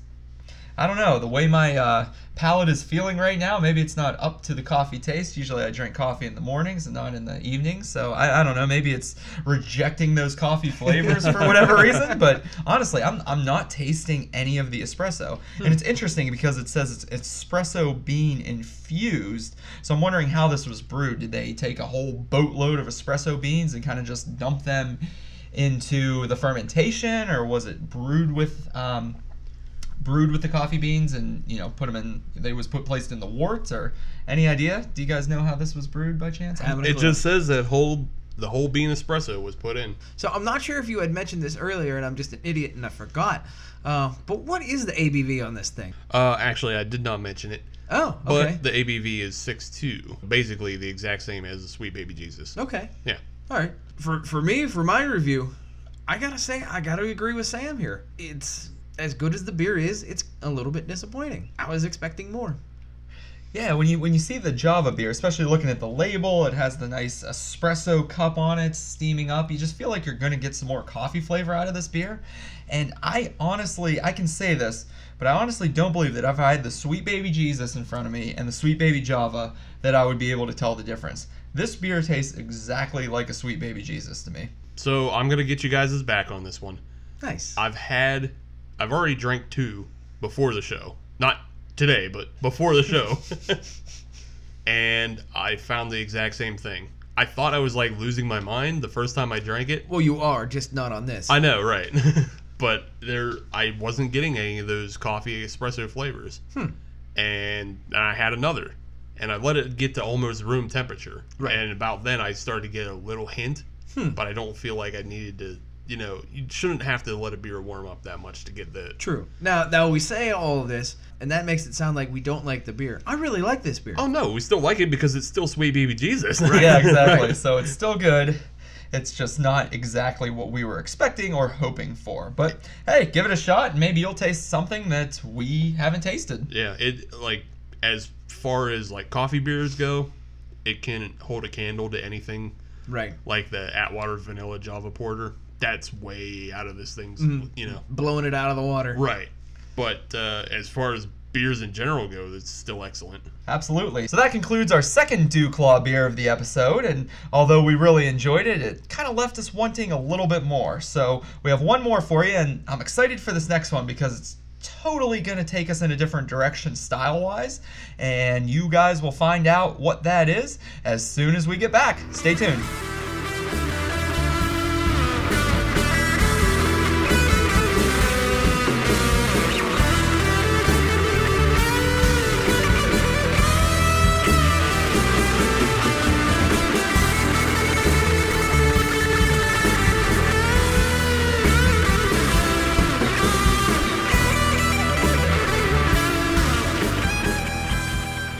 A: I don't know, the way my uh, palate is feeling right now. Maybe it's not up to the coffee taste. Usually I drink coffee in the mornings and not in the evenings. So I, I don't know. Maybe it's rejecting those coffee flavors for whatever reason. But honestly, I'm, I'm not tasting any of the espresso. And it's interesting because it says it's espresso bean infused. So I'm wondering how this was brewed. Did they take a whole boatload of espresso beans and kind of just dump them into the fermentation, or was it brewed with? Um, brewed with the coffee beans and you know put them in they was put placed in the warts or any idea do you guys know how this was brewed by chance
C: Haven't a
B: It
C: clue.
B: just says that whole the whole bean espresso was put in.
C: So I'm not sure if you had mentioned this earlier and I'm just an idiot and I forgot. Uh, but what is the ABV on this thing?
B: Uh, actually, I did not mention it,
C: Oh,
B: but
C: okay.
B: the ABV is 6.2, basically the exact same as the sweet baby Jesus.
C: okay.
B: Yeah.
C: All right. For for me, for my review, I gotta say I gotta agree with Sam here. It's as good as the beer is. It's a little bit disappointing. I was expecting more.
A: yeah when you when you see the java beer especially looking at the label it has the nice espresso cup on it steaming up you just feel like you're gonna get some more coffee flavor out of this beer and i honestly i can say this but i honestly don't believe that if i had the sweet baby jesus in front of me and the sweet baby java that i would be able to tell the difference this beer tastes exactly like a sweet baby jesus to me
B: So I'm gonna get you guys' back on this one.
C: Nice.
B: I've had, I've already drank two before the show. Not today, but before the show. and I found the exact same thing. I thought I was like losing my mind the first time I drank it.
C: well, you are just not on this.
B: I know, right? but there I wasn't getting any of those coffee espresso flavors.
C: Hmm.
B: And I had another, and I let it get to almost room temperature.
C: Right.
B: And about then I started to get a little hint,
C: Hmm.
B: but I don't feel like I needed to. You know, you shouldn't have to let a beer warm up that much to get the.
C: True. Now, now we say all of this, and that makes it sound like we don't like the beer. I really like this beer.
B: Oh no, we still like it because it's still sweet baby Jesus.
A: Yeah, exactly. So it's still good. It's just not exactly what we were expecting or hoping for. But hey, give it a shot and maybe you'll taste something that we haven't tasted.
B: Yeah, it like as far as like coffee beers go, it can hold a candle to anything
C: Right.
B: like the Atwater Vanilla Java Porter. That's way out of this thing's,
C: Mhm.
B: you know.
C: Blowing it out of the water.
B: Right. But uh, as far as beers in general go, it's still excellent.
A: Absolutely. So that concludes our second Dew Claw beer of the episode. And although we really enjoyed it, it kind of left us wanting a little bit more. So we have one more for you, and I'm excited for this next one because it's totally going to take us in a different direction style wise. And you guys will find out what that is as soon as we get back. Stay tuned.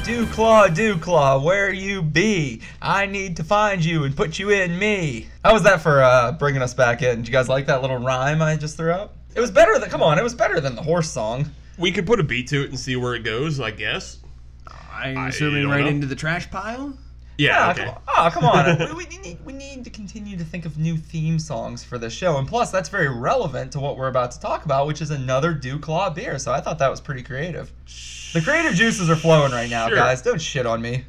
A: Do claw, do claw, where you be? I need to find you and put you in me. How was that for uh, bringing us back in? Did you guys like that little rhyme I just threw out? It was better than come on, it was better than the horse song.
B: We could put a beat to it and see where it goes, I guess.
C: I'm
B: I
C: assuming
B: don't
C: right
B: know.
C: into the trash pile.
B: Yeah,
A: Ah,
B: okay.
A: come on. Ah, come on. we, we, need, we need to continue to think of new theme songs for this show, and plus that's very relevant to what we're about to talk about, which is another do claw beer. So I thought that was pretty creative. The creative juices are flowing right now,
B: Sure.
A: guys. Don't shit on me.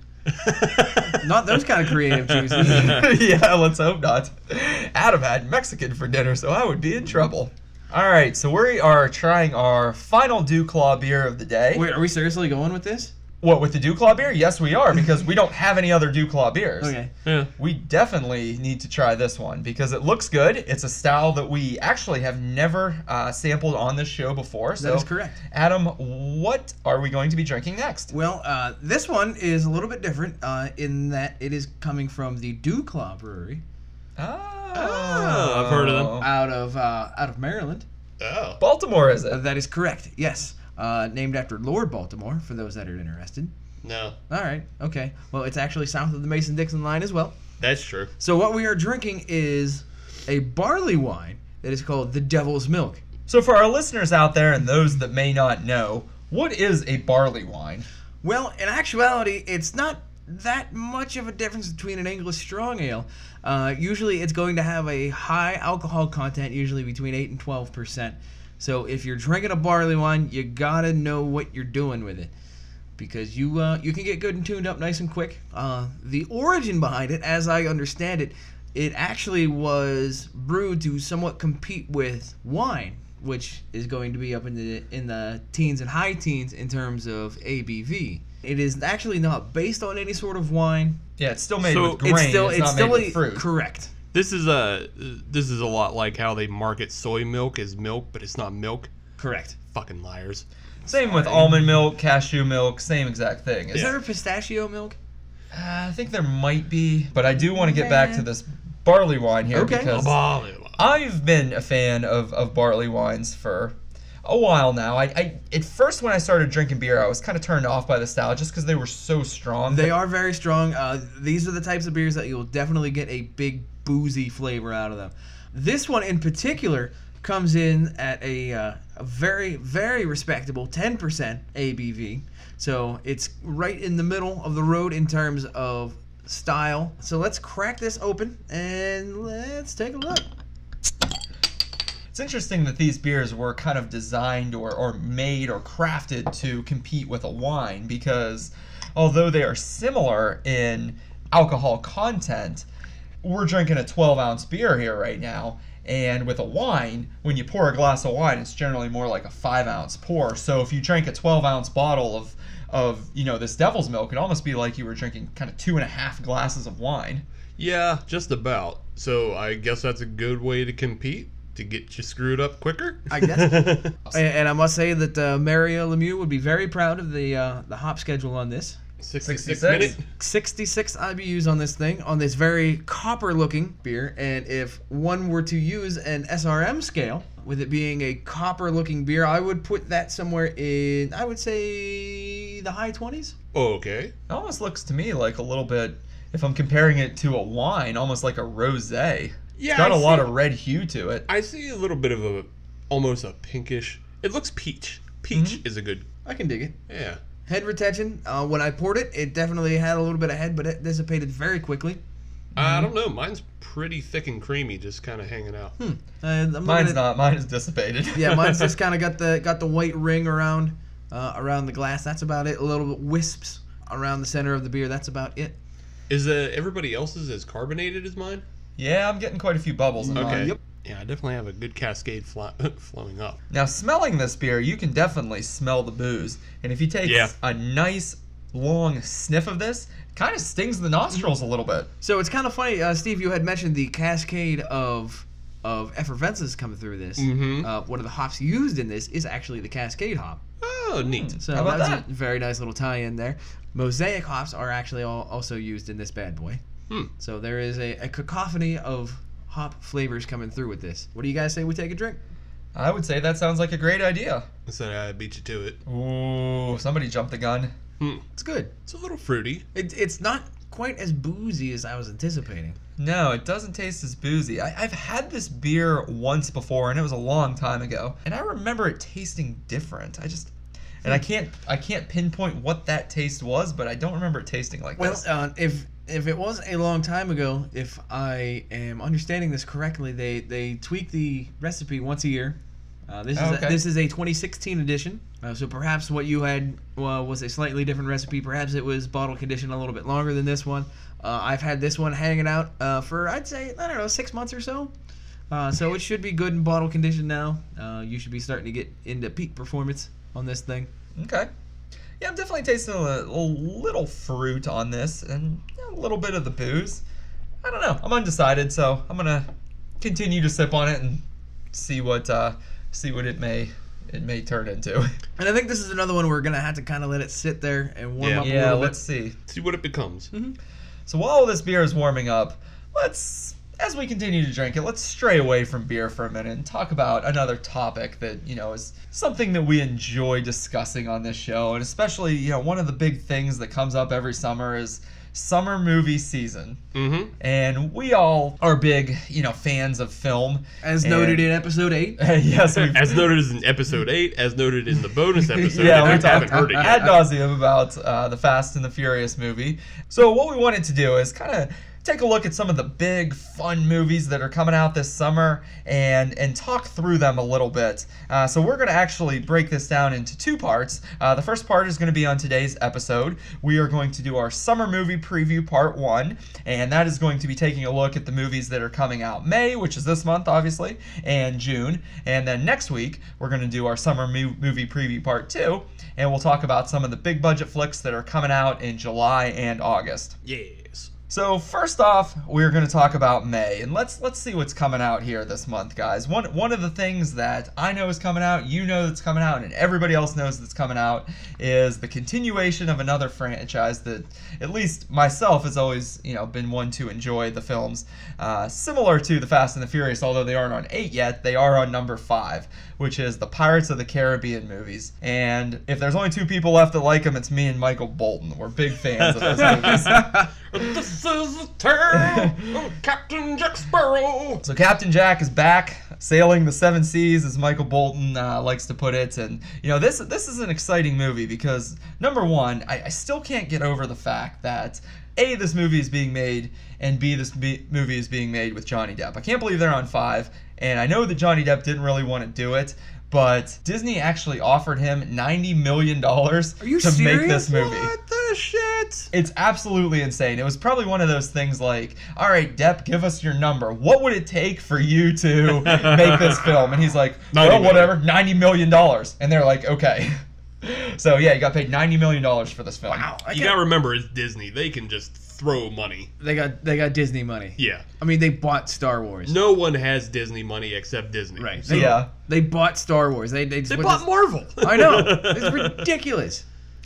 C: Not those kind of creative juices.
A: yeah, let's hope not. Adam had Mexican for dinner, so I would be in trouble. All right, so we are trying our final Dew Claw beer of the day.
C: Wait, are we seriously going with this?
A: what with the Dew Claw beer? Yes, we are because we don't have any other Dew Claw beers.
C: Okay.
B: Yeah.
A: We definitely need to try this one because it looks good. It's a style that we actually have never uh, sampled on this show before. So
C: That is correct.
A: Adam, what are we going to be drinking next?
C: Well, uh, this one is a little bit different uh, in that it is coming from the Dew Claw Brewery
A: Oh,
B: Oh, I've heard of them.
C: out of uh, out of Maryland.
B: Oh.
A: Baltimore is
C: Uh,
A: it?
C: that is correct. Yes, uh, named after Lord Baltimore. For those that are interested.
B: No.
C: All right. Okay. Well, it's actually south of the Mason-Dixon line as well.
B: That's true.
C: So what we are drinking is a barley wine that is called the Devil's Milk.
A: So, for our listeners out there and those that may not know, what is a barley wine?
C: Well, in actuality, it's not that much of a difference between an English strong ale. Uh, usually, it's going to have a high alcohol content, usually between eight and twelve percent. So if you're drinking a barley wine, you gotta know what you're doing with it. Because you uh, you can get good and tuned up nice and quick. Uh, the origin behind it, as I understand it, it actually was brewed to somewhat compete with wine, which is going to be up in the in the teens and high teens in terms of ABV. It is actually not based on any sort of wine.
A: Yeah, it's still made
B: So
A: with grain. It's,
C: still
A: not
C: still
A: made
C: a-
A: with fruit.
C: correct.
B: This is a this is a lot like how they market soy milk as milk, but it's not milk.
C: Correct.
B: Fucking liars.
A: same with almond milk, cashew milk, same exact thing.
C: Is
A: Is
C: there a pistachio milk?
A: there, uh, I think there might be, but I do want to get back to
C: Nah.
A: this barley wine here
C: Okay.
A: because
B: Blah-blah-blah.
A: I've been a fan of, of barley wines for a while now. I, I at first when I started drinking beer, I was kind of turned off by the style just because they were so strong.
C: They are very strong. Uh, these are the types of beers that you'll definitely get a big boozy flavor out of them. This one in particular comes in at a, uh, a very, very respectable 10% ABV. So it's right in the middle of the road in terms of style. So let's crack this open and let's take a look.
A: It's interesting that these beers were kind of designed or, or made or crafted to compete with a wine because although they are similar in alcohol content, we're drinking a 12 ounce beer here right now. And with a wine, when you pour a glass of wine, it's generally more like a five ounce pour. So if you drank a 12 ounce bottle of, of you know this devil's milk, it'd almost be like you were drinking kind of two and a half glasses of wine.
B: Yeah, just about. So I guess that's a good way to compete. to get you screwed up quicker.
C: I guess. And, and I must say that uh, Mario Lemieux would be very proud of the uh, the hop schedule on this.
B: 66
A: 66.
B: minute.
C: 66 IBUs on this thing, on this very copper looking beer. And if one were to use an SRM scale, with it being a copper looking beer, I would put that somewhere in, I would say, the high 20s.
B: Oh, Okay.
A: It almost looks to me like a little bit, if I'm comparing it to a wine, almost like a rosé.
B: Yeah,
A: it's got
B: I
A: a lot
B: see.
A: of red hue to it.
B: I see a little bit of a almost a pinkish. It looks peach. Peach
A: Mm-hmm.
B: is a good.
C: I can dig it.
B: Yeah.
C: Head retention, uh, when I poured it, it definitely had a little bit of head, but it dissipated very quickly.
A: Mm-hmm.
B: I don't know. Mine's pretty thick and creamy, just kind of hanging out.
C: Uh, I'm looking
A: Mine's
C: at-
A: not. Mine is dissipated.
C: Yeah, mine's just kind of got the got the white ring around uh, around the glass. That's about it. A little bit wisps around the center of the beer. That's about it.
B: Is uh, everybody else's as carbonated as mine?
A: Yeah, I'm getting quite a few bubbles. In
B: Okay.
A: Mine.
B: Yeah, I definitely have a good cascade fly- flowing up.
A: Now, smelling this beer, you can definitely smell the booze. And if you take
B: Yeah.
A: a nice long sniff of this, kind of stings the nostrils a little bit.
C: So it's kind of funny, uh, Steve. You had mentioned the cascade of of effervescence coming through this.
A: Mm-hmm.
B: Mhm.
C: Uh, one of the hops used in this is actually the cascade hop.
B: Oh, neat.
C: So
A: How about
C: that's
A: that?
C: a very nice little tie-in there. Mosaic hops are actually all also used in this bad boy.
B: Hmm.
C: So there is a, a cacophony of hop flavors coming through with this. What do you guys say we take a drink?
A: I would say that sounds like a great idea.
C: Hmm.
B: So I beat you to it. Hmm.
A: Ooh, somebody jumped the gun.
C: It's good.
B: It's a little fruity.
C: It, it's not quite as boozy as I was anticipating.
A: No, it doesn't taste as boozy. I, I've had this beer once before, and it was a long time ago, and I remember it tasting different. I just, and I
C: Hmm.
A: can't, I can't pinpoint what that taste was, but I don't remember it tasting like
C: Well,
A: this.
C: uh, if if it was a long time ago, if I am understanding this correctly, they they tweak the recipe once a year. Uh, this
A: Oh,
C: is
A: okay.
C: a, this is a 2016 edition. Uh, so perhaps what you had uh, was a slightly different recipe. Perhaps it was bottle conditioned a little bit longer than this one. Uh, I've had this one hanging out uh, for I'd say I don't know six months or so. Uh, so it should be good and bottle conditioned now. Uh, you should be starting to get into peak performance on this thing.
A: Okay. Yeah, I'm definitely tasting a, a little fruit on this and a little bit of the booze. I don't know. I'm undecided, so I'm gonna continue to sip on it and see what uh, see what it may it may turn into.
C: And I think this is another one we're gonna have to kind of let it sit there and warm
B: Yeah.
C: up a
A: yeah,
C: little
A: let's
C: bit.
A: see.
B: See what it becomes.
A: So while this beer is warming up, let's as we continue to drink it, let's stray away from beer for a minute and talk about another topic that, you know, is something that we enjoy discussing on this show. And especially, you know, one of the big things that comes up every summer is summer movie season.
B: Mm-hmm.
A: And we all are big, you know, fans of film.
C: As
A: And-
C: noted in episode eight.
A: yes, we've
B: As noted in episode eight, as noted in the bonus episode,
A: yeah,
B: if
A: we
B: you haven't
A: talked
B: heard it yet.
A: ad nauseum about uh, the Fast and the Furious movie. So what we wanted to do is kind of take a look at some of the big fun movies that are coming out this summer and and talk through them a little bit. Uh, so we're going to actually break this down into two parts. Uh, the first part is going to be on today's episode. We are going to do our summer movie preview part one, and that is going to be taking a look at the movies that are coming out May, which is this month, obviously, and June. And then next week, we're going to do our summer mo- movie preview part two, and we'll talk about some of the big budget flicks that are coming out in July and August.
B: Yes.
A: So first off, we're going to talk about May, and let's let's see what's coming out here this month, guys. One one of the things that I know is coming out, you know that's coming out, and everybody else knows that's coming out is the continuation of another franchise that at least myself has always you know been one to enjoy the films, uh, similar to the Fast and the Furious, although they aren't on eight yet, they are on number five, which is the Pirates of the Caribbean movies. And if there's only two people left that like them, it's me and Michael Bolton. We're big fans of those movies.
B: This is the tale of Captain Jack Sparrow.
A: So Captain Jack is back sailing the seven seas, as Michael Bolton uh, likes to put it, and you know this this is an exciting movie because number one, I, I still can't get over the fact that a this movie is being made and b this be- movie is being made with Johnny Depp. I can't believe they're on five, and I know that Johnny Depp didn't really want to do it. But Disney actually offered him ninety million dollars to
C: you
A: make
C: serious?
A: this movie.
B: What the shit?
A: It's absolutely insane. It was probably one of those things like, all right, Depp, give us your number. What would it take for you to make this film? And he's like,
B: 90
A: well,
B: million.
A: whatever, $90 million. And they're like, okay. So yeah, he got paid ninety million dollars for this film.
C: Wow, I
B: You
C: can't-
B: gotta remember, it's Disney. They can just throw money.
C: they got they got Disney money.
B: Yeah.
C: I mean, they bought Star Wars.
B: No one has Disney money except Disney.
C: Right.
B: So
C: They,
A: Yeah.
C: They bought Star Wars. They they,
B: they
C: what
B: bought
C: does-
B: Marvel.
C: I know. It's ridiculous.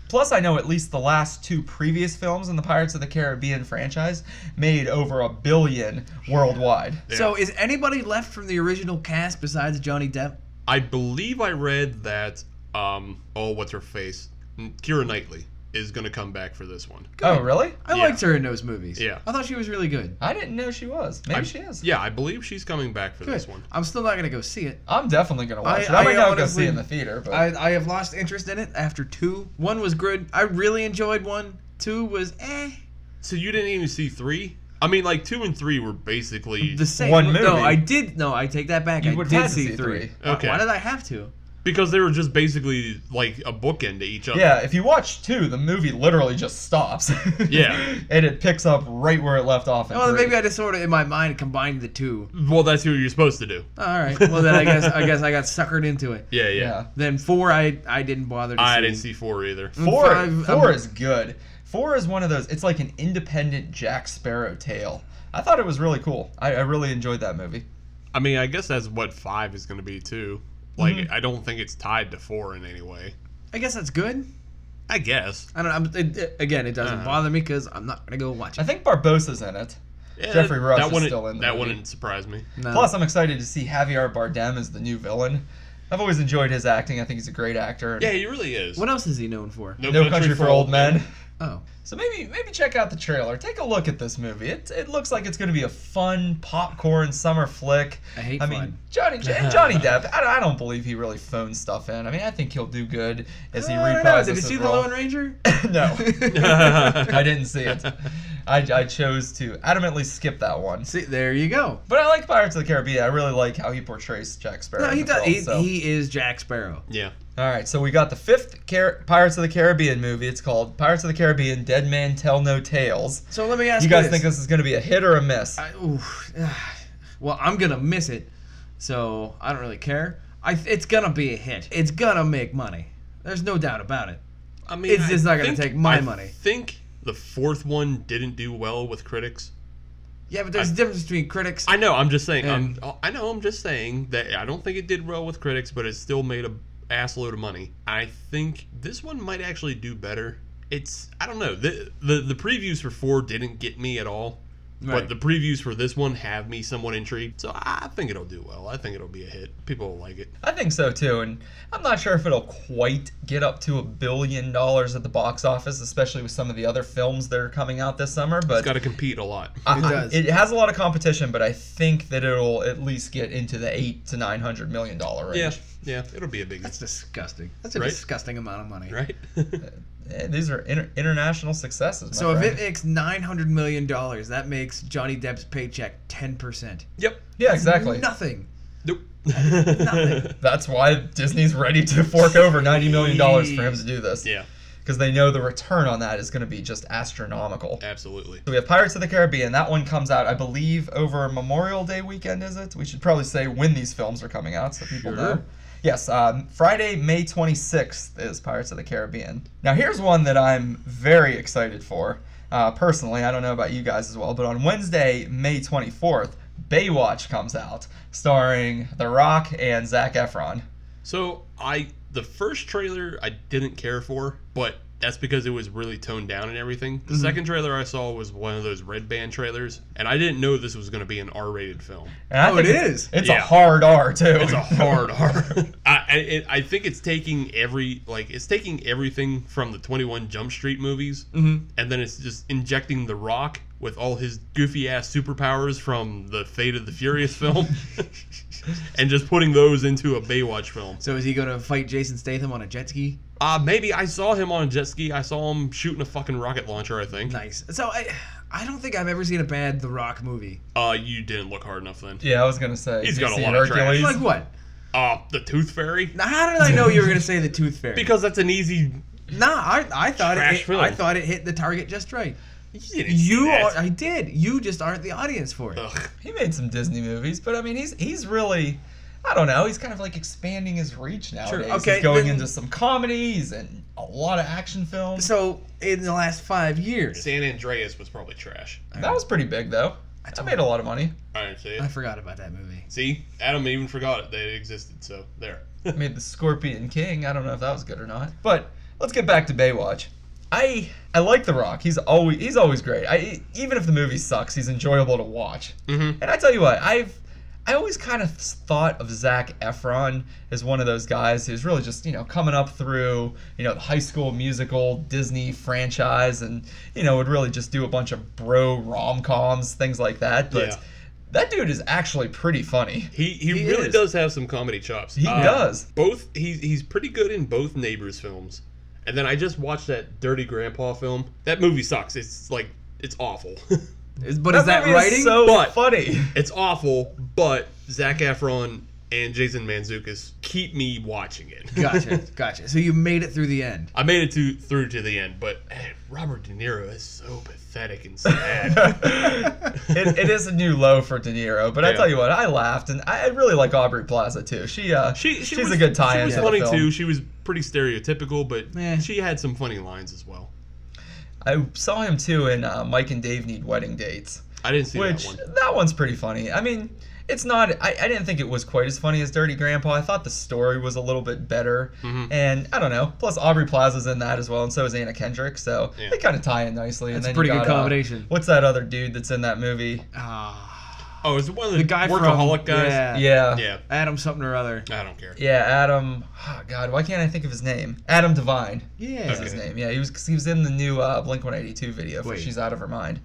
A: Plus, I know at least the last two previous films in the Pirates of the Caribbean franchise made over a billion worldwide.
B: Yeah.
C: So is anybody left from the original cast besides Johnny Depp?
B: I believe I read that. Um. Oh, what's her face? Kira Knightley is gonna come back for this one.
A: Oh, really?
C: I
B: Yeah.
C: liked her in those movies.
B: Yeah.
C: I thought she was really good.
A: I didn't know she was. Maybe
B: I-
A: she is.
B: Yeah, I believe she's coming back for
C: Good.
B: this one.
C: I'm still not gonna go see it.
A: I'm definitely gonna watch
C: I-
A: it. I,
C: I
A: might not go
C: honestly-
A: see it in the theater, but
C: I, I have lost interest in it after two. One was good. I really enjoyed one. Two was eh.
B: So you didn't even see three? I mean, like two and three were basically
C: The same.
A: One
C: No,
A: movie.
C: I did. No, I take that back.
A: You
C: I
A: would've had
C: did
A: to
C: see
A: see
C: three.
A: three.
B: Okay.
C: Why did I have to?
B: because they were just basically like a bookend to each other.
A: yeah, if you watch two, the movie literally just stops.
B: Yeah.
A: and it picks up right where it left off. in
C: Well,
A: three.
C: maybe I just sort of in my mind combined the two.
B: Well, that's what you're supposed to do.
C: All right. Well, then I guess I guess I got suckered into it.
B: Yeah, yeah.
A: yeah.
C: Then four, I I didn't bother. to
B: I
C: see. Mm,
B: didn't see four either.
A: Four,
C: Five,
A: 4
C: um,
A: is good. Four is one of those. It's like an independent Jack Sparrow tale. I thought it was really cool. I, I really enjoyed that movie.
B: I mean, I guess that's what five is going to be too. Like,
A: Mhm.
B: I don't think it's tied to four in any way.
C: I guess that's good.
B: I guess
C: I don't. know. I'm, it, it- again, it doesn't
B: Uh-huh.
C: bother me because I'm not gonna go watch
A: I
C: it.
A: think Barbosa's in it.
B: Yeah,
A: Jeffrey Rush
B: that
A: is
B: wouldn't-
A: still in the
B: That
A: movie.
B: wouldn't surprise me.
C: No.
A: Plus, I'm excited to see Javier Bardem as the new villain. I've always enjoyed his acting. I think he's a great actor.
B: Yeah, he really is.
C: what else is he known for?
A: No, Country, for Old Men.
C: Oh,
A: So maybe maybe check out the trailer. Take a look at this movie. It, it looks like it's going to be a fun popcorn summer flick.
C: I hate
A: I
C: fun.
A: mean, Johnny and Johnny Depp. I, I don't believe he really phones stuff in. I mean, I think he'll do good as he
C: Uh, I don't know.
A: reprises
C: Did you
A: his
C: see the
A: role.
C: Lone Ranger?
A: no, I didn't see it. I, I chose to adamantly skip that one.
C: see, there you go.
A: But I like Pirates of the Caribbean. I really like how he portrays Jack Sparrow.
C: No,
A: in
C: he
A: the
C: does.
A: film,
C: He,
A: so.
C: he is Jack Sparrow.
B: Yeah.
A: All right, so we got the fifth Car- Pirates of the Caribbean movie. It's called Pirates of the Caribbean: Dead Man Tell No Tales.
C: So let me ask
A: you
C: you
A: guys
C: this.
A: think this is going to be a hit or a miss?
C: I, oof, ah, well, I'm gonna miss it, so I don't really care. I, it's gonna be a hit. It's gonna make money. There's no doubt about it.
B: I mean,
C: It's
B: I
C: just not gonna
B: think-
C: take my
B: I
C: money.
B: Think the fourth one didn't do well with critics.
C: Yeah, but there's
B: I-
C: a difference between critics.
B: I know. I'm just saying. I'm, I know. I'm just saying that I don't think it did well with critics, but it still made a assload of money. I think this one might actually do better. It's I don't know. The the, the previews for four didn't get me at all,
C: Right.
B: but the previews for this one have me somewhat intrigued. So I think it'll do well. I think it'll be a hit. People will like it.
A: I think so too, and I'm not sure if it'll quite get up to a billion dollars at the box office, especially with some of the other films that are coming out this summer. But
B: It's got to compete a lot.
A: I-
C: It
A: I-
C: does.
A: it has a lot of competition, but I think that it'll at least get into the eight to nine hundred million dollar range.
B: Yeah, yeah. It'll be a big
C: That's disgusting. That's a
B: Right?
C: disgusting amount of money.
B: right.
A: Eh, These are inter- international successes. my
C: So if
A: friend.
C: it makes nine hundred million dollars, that makes Johnny Depp's paycheck ten percent.
B: yep.
A: yeah, exactly.
C: Nothing.
B: Nope.
C: nothing.
A: That's why Disney's ready to fork over ninety million dollars for him to do this.
B: yeah,
A: because they know the return on that is going to be just astronomical.
B: absolutely.
A: So we have Pirates of the Caribbean. That one comes out, I believe, over Memorial Day weekend. Is it? We should probably say when these films are coming out so people
B: Sure.
A: know. Yes, um, Friday, May 26th is Pirates of the Caribbean. Now, here's one that I'm very excited for. Uh, personally, I don't know about you guys as well, but on Wednesday, May 24th, Baywatch comes out, starring The Rock and Zach Efron.
B: So I the first trailer I didn't care for, but that's because it was really toned down and everything. The second trailer I saw was one of those red band trailers, and I didn't know this was going to be an R-rated film.
A: And I
C: Oh,
A: think
C: it
A: it's-
C: is?
A: It's a
B: Yeah.
A: hard R too.
B: It's a hard R. I, I it, I think it's taking every like it's taking everything from the 21 Jump Street movies,
C: Mm-hmm.
B: and then it's just injecting The Rock with all his goofy ass superpowers from the Fate of the Furious film, and just putting those into a Baywatch film.
C: So is he going to fight Jason Statham on a jet ski?
B: Uh, maybe I saw him on a jet ski. I saw him shooting a fucking rocket launcher. I think.
C: Nice. So I, I don't think I've ever seen a bad The Rock movie.
B: Uh, you didn't look hard enough then.
A: Yeah, I was gonna say.
B: He's
A: did you
B: got a
A: see
B: lot of trash.
A: Hercules?
C: Like what?
B: Uh, the Tooth Fairy.
C: Now, how did I know you were going to say the Tooth Fairy?
B: Because that's an easy.
C: nah, I, I thought it
B: Trash
C: hit,
B: film.
C: I thought it hit the target just right.
B: You. didn't see
C: You are.
B: that.
C: I did. You just aren't the audience for it.
B: Ugh.
A: He made some Disney movies, but I mean, he's he's really. I I don't know. He's kind of like expanding his reach nowadays.
C: okay,
A: he's going
C: then-
A: into some comedies and a lot of action films.
C: So in the last five years,
B: San Andreas was probably trash.
A: That was pretty big though. I
C: don't-
A: made a lot of money.
B: I didn't see
C: I
B: it.
C: forgot about that movie.
B: See, Adam even forgot it that it existed. So there.
A: I made the Scorpion King. I don't know if that was good or not. But let's get back to Baywatch. I I like The Rock. He's always he's always great. I even if the movie sucks, he's enjoyable to watch.
B: mm-hmm.
A: And I tell you what, I've I always kind of thought of Zach Efron as one of those guys who's really just you know coming up through you know the High School Musical Disney franchise, and you know would really just do a bunch of bro rom coms things like that. But
B: Yeah.
A: that dude is actually pretty funny.
B: He, he
C: He
B: really
C: is.
B: does have some comedy chops. Uh,
A: He does.
B: Both he's he's pretty good in both neighbors films. And then I just watched that Dirty Grandpa film. That movie sucks. It's like it's awful.
C: Is- But is that
A: movie
C: writing?
A: so
B: But-
A: funny.
B: it's awful, but Zach Efron and Jason Manzukis keep me watching it.
C: gotcha, gotcha. So you made it through the end.
B: I made it to through to the end, but eh, Robert De Niro is so pathetic and sad.
A: it, it is a new low for De Niro, but I
B: Yeah.
A: tell you what, I laughed, and I I really like Aubrey Plaza too. She, uh,
B: she, she
A: she's
B: was,
A: a good tie-in.
B: She was
A: to the
B: funny
A: film.
B: too. She was pretty stereotypical, but
C: Eh.
B: she had some funny lines as well.
A: I saw him too in uh, Mike and Dave Need Wedding Dates,
B: I didn't see
A: which
B: that one.
A: that, one's pretty funny. I mean, it's not. I, I didn't think it was quite as funny as Dirty Grandpa. I thought the story was a little bit better,
B: Mhm.
A: and I don't know. Plus, Aubrey Plaza's in that as well, and so is Anna Kendrick. So
B: Yeah.
A: they kind of tie in nicely. and
C: That's a
A: then
C: pretty
A: you
C: good
A: got, uh,
C: combination.
A: what's that other dude that's in that movie?
C: Ah,
B: Oh, is it one of the,
C: the guy
B: workaholic
C: from
B: guys?
C: Yeah,
A: Yeah.
B: Yeah,
C: Adam something or other.
B: I don't care.
A: Yeah, Adam. Oh God, why can't I think of his name? Adam Devine
C: Yeah.
A: is his
B: Okay.
A: name. Yeah, he was 'cause he was in the new uh, Blink 182 video for
C: Wait.
A: "She's Out of Her Mind."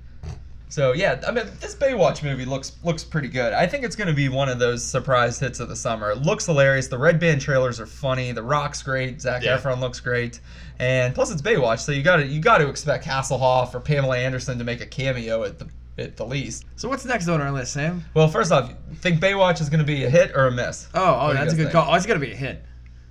A: So yeah, I mean, this Baywatch movie looks looks pretty good. I think it's going to be one of those surprise hits of the summer. It looks hilarious. The Red Band trailers are funny. The Rock's great. Zach
B: Yeah.
A: Efron looks great, and plus it's Baywatch, so you got to you got to expect Hasselhoff or Pamela Anderson to make a cameo at the at the least.
C: So what's next on our list, Sam?
A: Well, first off, think Baywatch is going to be a hit or a miss?
C: Oh,
A: What do
C: oh,
A: you
C: that's a
A: guys think?
C: good call. Oh, it's gonna be a hit.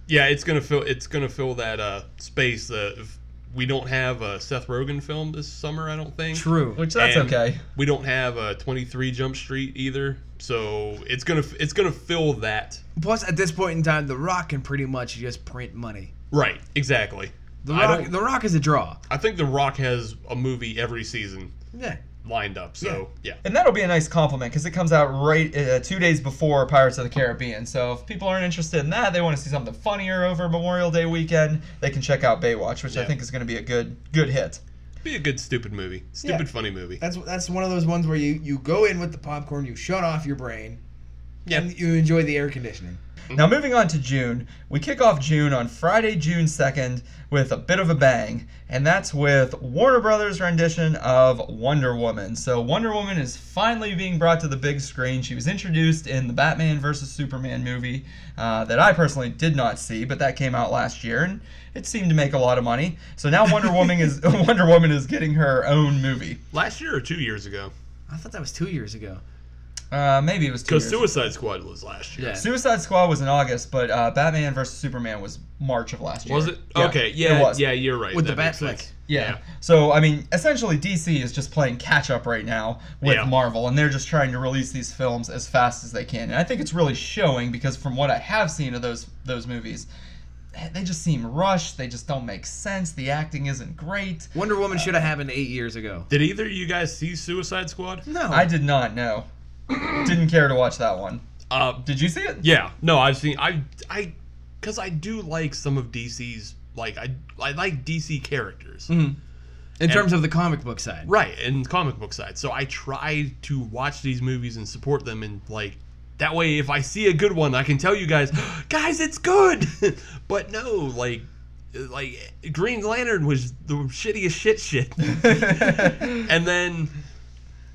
B: Yeah, it's gonna fill. It's gonna fill that uh, space. That if we don't have a Seth Rogen film this summer. I don't think.
C: True.
A: Which that's
B: And
A: okay.
B: We don't have a 23 Jump Street either, so it's gonna it's gonna fill that.
C: Plus, at this point in time, The Rock can pretty much just print money.
B: Right, exactly.
C: The
B: I
C: Rock,
B: don't-
C: The Rock is a draw.
B: I think The Rock has a movie every season
C: Yeah.
B: lined up. So yeah,
A: And that'll be a nice compliment because it comes out right uh, two days before Pirates of the Caribbean. So if people aren't interested in that, they want to see something funnier over Memorial Day weekend, they can check out Baywatch, which I
B: Yeah.
A: think is going to be a good good hit.
B: be a good stupid movie, stupid funny movie.
C: That's that's one of those ones where you you go in with the popcorn, you shut off your brain,
B: Yeah.
C: and you enjoy the air conditioning.
A: Now moving on to June, we kick off June on Friday, June second, with a bit of a bang, and that's with Warner Brothers' rendition of Wonder Woman. So Wonder Woman is finally being brought to the big screen. She was introduced in the Batman vs Superman movie uh, that I personally did not see, but that came out last year, and it seemed to make a lot of money. So now Wonder Woman is Wonder Woman is getting her own movie.
B: Last year or two years ago,
C: I thought that was two years ago.
A: Uh, maybe it was two.
B: because
A: years
B: Suicide Squad was last year.
A: Suicide Squad was in August, but uh, Batman vs Superman was March of last year.
B: Was it?
A: Yeah,
B: okay. Yeah.
A: it was.
B: Yeah. You're right.
C: With the
B: that makes
C: Batfleck.
B: sense.
A: Yeah.
B: Yeah.
A: So I mean, essentially DC is just playing catch up right now with
B: Yeah.
A: Marvel, and they're just trying to release these films as fast as they can. And I think it's really showing because from what I have seen of those those movies, eh, they just seem rushed. They just don't make sense. The acting isn't great.
C: Wonder Woman should
B: Uh,
C: have happened eight years ago.
B: Did either of you guys see Suicide Squad?
C: No,
A: I did not know. Didn't care to watch that one.
B: Uh,
A: Did you see it?
B: yeah. No, I've seen. I, I, because I do like some of DC's. Like I, I like DC characters.
C: in terms of the comic book side.
B: Right, and comic book side. So I try to watch these movies and support them, and like that way, if I see a good one, I can tell you guys, guys, it's good. but no, like, like Green Lantern was the shittiest shit shit. and then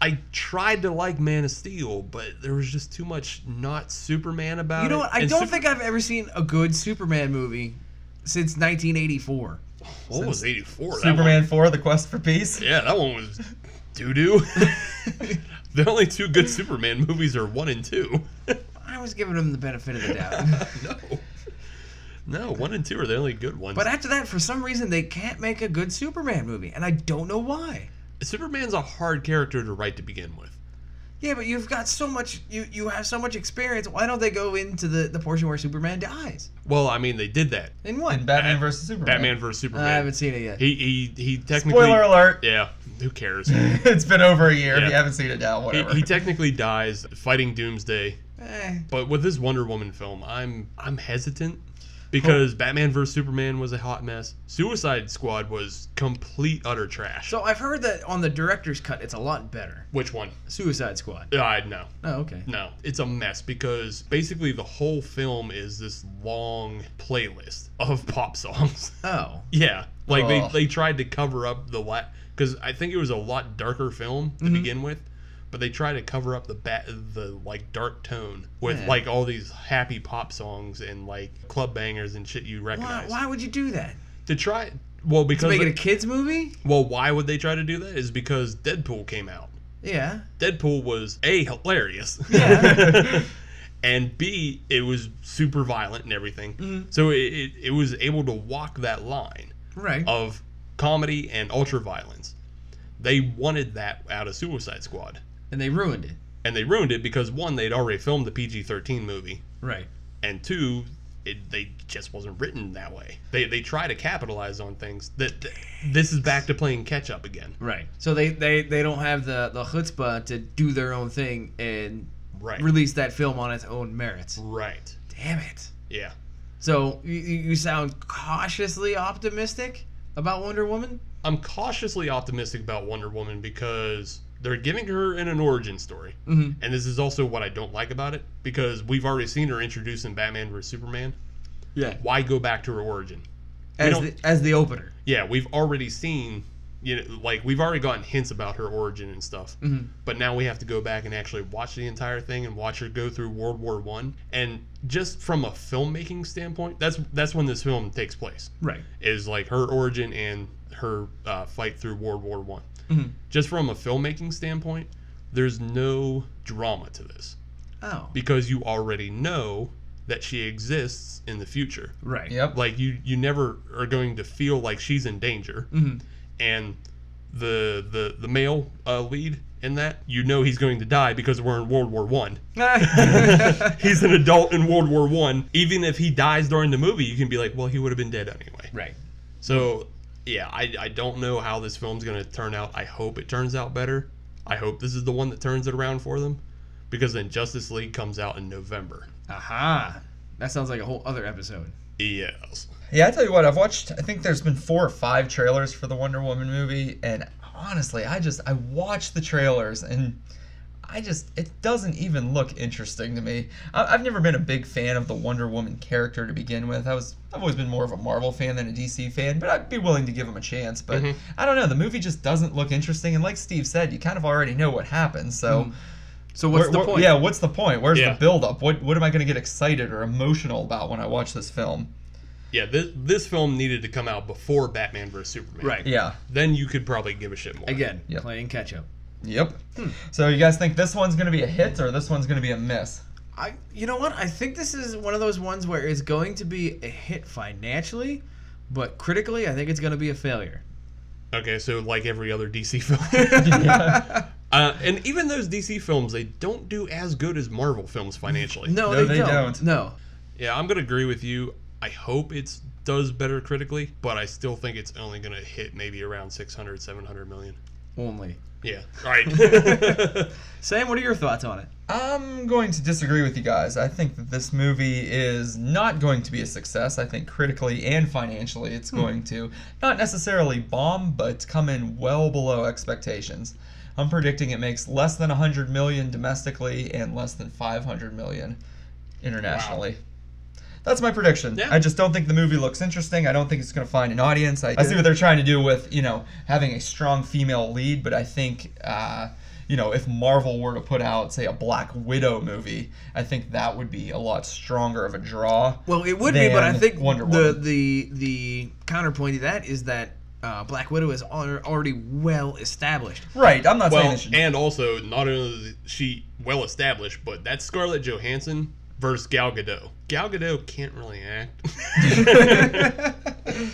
B: I tried to like Man of Steel, but there was just too much not Superman about
C: You know
B: it.
C: what? I
B: And
C: don't
B: Sup-
C: think I've ever seen a good Superman movie since 1984.
B: what was eighty four
A: Superman Four: The Quest for Peace.
B: Yeah, that one was doo doo. the only two good Superman movies are one and two.
C: I was giving him the benefit of the doubt.
B: no. No, one and two are the only good ones.
C: but after that, for some reason, they can't make a good Superman movie, and I don't know why.
B: Superman's a hard character to write to begin with.
C: Yeah, but you've got so much. You you have so much experience. Why don't they go into the the portion where Superman dies?
B: Well, I mean, they did that.
C: In what?
A: And Batman versus Superman.
B: Batman versus Superman.
C: I haven't seen it yet.
B: He he he technically.
A: Spoiler alert.
B: Yeah. Who cares?
A: it's been over a year. If
B: Yeah.
A: you haven't seen it now,
B: he,
A: whatever.
B: he technically dies fighting Doomsday.
C: Eh,
B: But with this Wonder Woman film, I'm I'm hesitant because Batman vs Superman was a hot mess. Suicide Squad was complete utter trash.
C: So I've heard that on the director's cut, it's a lot better.
B: Which one?
C: Suicide Squad.
B: I no.
C: Oh, okay.
B: No, it's a mess because basically the whole film is this long playlist of pop songs.
C: Oh,
B: yeah, like
A: Ugh.
B: they they tried to cover up the la because I think it was a lot darker film to
C: Mhm.
B: begin with, but they tried to cover up the bat the like dark tone with
C: Yeah.
B: like all these happy pop songs and like club bangers and shit you
C: why
B: recognize.
C: why would you do that?
B: To try well
C: To
B: because
C: make it a kids movie?
B: well why would they try to do that is because Deadpool came out.
C: Yeah.
B: Deadpool was a hilarious,
A: Yeah.
B: and b it was super violent and everything.
C: Mhm.
B: So it, it it was able to walk that line
C: Right.
B: of comedy and ultra violence. They wanted that out of Suicide Squad,
C: and they ruined it.
B: and they ruined it because one they'd already filmed the PG thirteen movie,
C: Right.
B: and two. It, they just wasn't written that way. They they try to capitalize on things that that- this is back to playing catch up again.
C: Right. So they they they don't have the the chutzpah to do their own thing and
B: Right.
C: release that film on its own merits.
B: Right.
C: Damn it.
B: Yeah.
C: So you, you you sound cautiously optimistic about Wonder Woman.
B: I'm cautiously optimistic about Wonder Woman because they're giving her in an origin story.
C: Mm-hmm.
B: And this is also what I don't like about it because we've already seen her introduced in Batman vs. Superman.
C: Yeah.
B: Why go back to her origin?
C: As the,
B: don't-
C: as the opener.
B: Yeah, we've already seen, you know, like we've already gotten hints about her origin and stuff.
C: Mm-hmm.
B: But now we have to go back and actually watch the entire thing and watch her go through World War One. And just from a filmmaking standpoint, that's that's when this film takes place.
C: Right.
B: Is like her origin and her uh, fight through World War One.
C: Mm-hmm.
B: just from a filmmaking standpoint, there's no drama to this
C: Oh.
B: because you already know that she exists in the future.
C: right.
A: Yep.
B: Like you, you never are going to feel like she's in danger.
C: Mm-hmm.
B: And the the the male uh, lead in that, you know, he's going to die because we're in World War One. he's an adult in World War One. Even if he dies during the movie, you can be like, well, he would have been dead anyway.
C: right.
B: So, yeah, I, I don't know how this film's going to turn out. I hope it turns out better. I hope this is the one that turns it around for them because then Justice League comes out in November.
C: Aha. That sounds like a whole other episode.
B: Yes.
A: Yeah, I tell you what, I've watched. I think there's been four or five trailers for the Wonder Woman movie, and honestly, I just I watched the trailers and I just it doesn't even look interesting to me. I, I've never been a big fan of the Wonder Woman character to begin with. I was I've always been more of a Marvel fan than a DC fan, but I'd be willing to give him a chance. But
B: Mhm.
A: I don't know, the movie just doesn't look interesting, and like Steve said, you kind of already know what happens, so.
B: Mm-hmm.
C: So what's
A: Where-
C: the
A: where-
C: point?
A: Yeah, what's the point? Where's
B: Yeah.
A: the build up? What what am I going to get excited or emotional about when I watch this film?
B: Yeah, this, this film needed to come out before Batman vs. Superman.
C: Right.
A: Yeah.
B: Then you could probably give a shit more.
C: Again,
A: Yep.
C: playing catch up.
A: Yep.
C: Hmm.
A: So you guys think this one's gonna be a hit or this one's gonna be a miss?
C: I, you know what? I think this is one of those ones where it's going to be a hit financially, but critically, I think it's going to be a failure.
B: Okay, so like every other DC film.
A: Yeah.
B: uh, and even those DC films, they don't do as good as Marvel films financially.
C: No,
A: No,
C: they,
A: they
C: don't.
A: don't.
C: No.
B: Yeah, I'm gonna agree with you. I hope it's does better critically, but I still think it's only gonna hit maybe around 600, 700 million.
C: Only.
B: Yeah. All right.
C: Sam, what are your thoughts on it?
A: I'm going to disagree with you guys. I think that this movie is not going to be a success. I think critically and financially it's
C: Hmm.
A: going to not necessarily bomb, but come in well below expectations. I'm predicting it makes less than 100 million domestically and less than 500 million internationally. That's my prediction.
B: Yeah.
A: I just don't think the movie looks interesting. I don't think it's going to find an audience. I, I see what they're trying to do with, you know, having a strong female lead, but I think, uh, you know, if Marvel were to put out, say, a Black Widow movie, I think that would be a lot stronger of a draw.
C: Well, it would be, but I
A: than
C: think
A: Wonder
C: the,
A: Woman.
C: the the counterpoint to that is that uh, Black Widow is al- already well established.
A: Right. I'm not saying
B: well,
A: it should.
B: and also not only is she well established, but that's Scarlett Johansson versus Gal Gadot. Gal Gadot can't really act.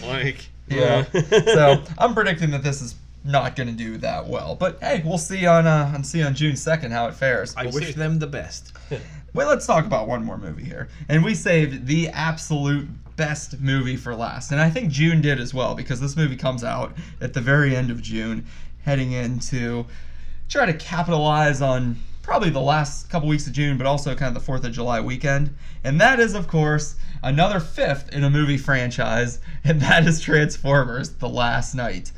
B: like
A: Yeah. so I'm predicting that this is not going to do that well. But hey, we'll see on uh, on see on June second how it fares.
B: I
C: I wish
B: see.
C: them the best.
A: Well, let's talk about one more movie here. And we saved the absolute best movie for last. And I think June did as well because this movie comes out at the very end of June, heading into try to capitalize on probably the last couple weeks of June, but also kind of the 4th of July weekend. And that is, of course, another fifth in a movie franchise, and that is Transformers The Last Night.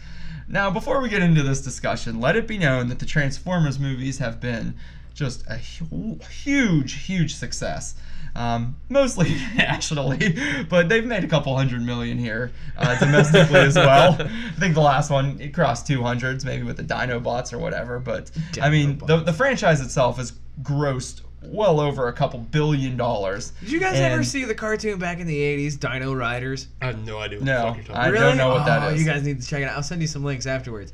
A: Now, before we get into this discussion, let it be known that the Transformers movies have been just a hu- huge, huge success. Um, mostly nationally, but they've made a couple hundred million here uh, domestically as well. I think the last one it crossed 200s, maybe with the Dinobots or whatever. But I mean, the, the franchise itself has grossed well over a couple billion dollars.
C: Did you guys ever
A: And-
C: see the cartoon back in the '80s, Dino Riders?
B: I have no idea what
A: No,
B: the fuck you're talking
A: I
B: about.
A: don't know what that
C: Oh,
A: is.
C: You guys need to check it out. I'll send you some links afterwards.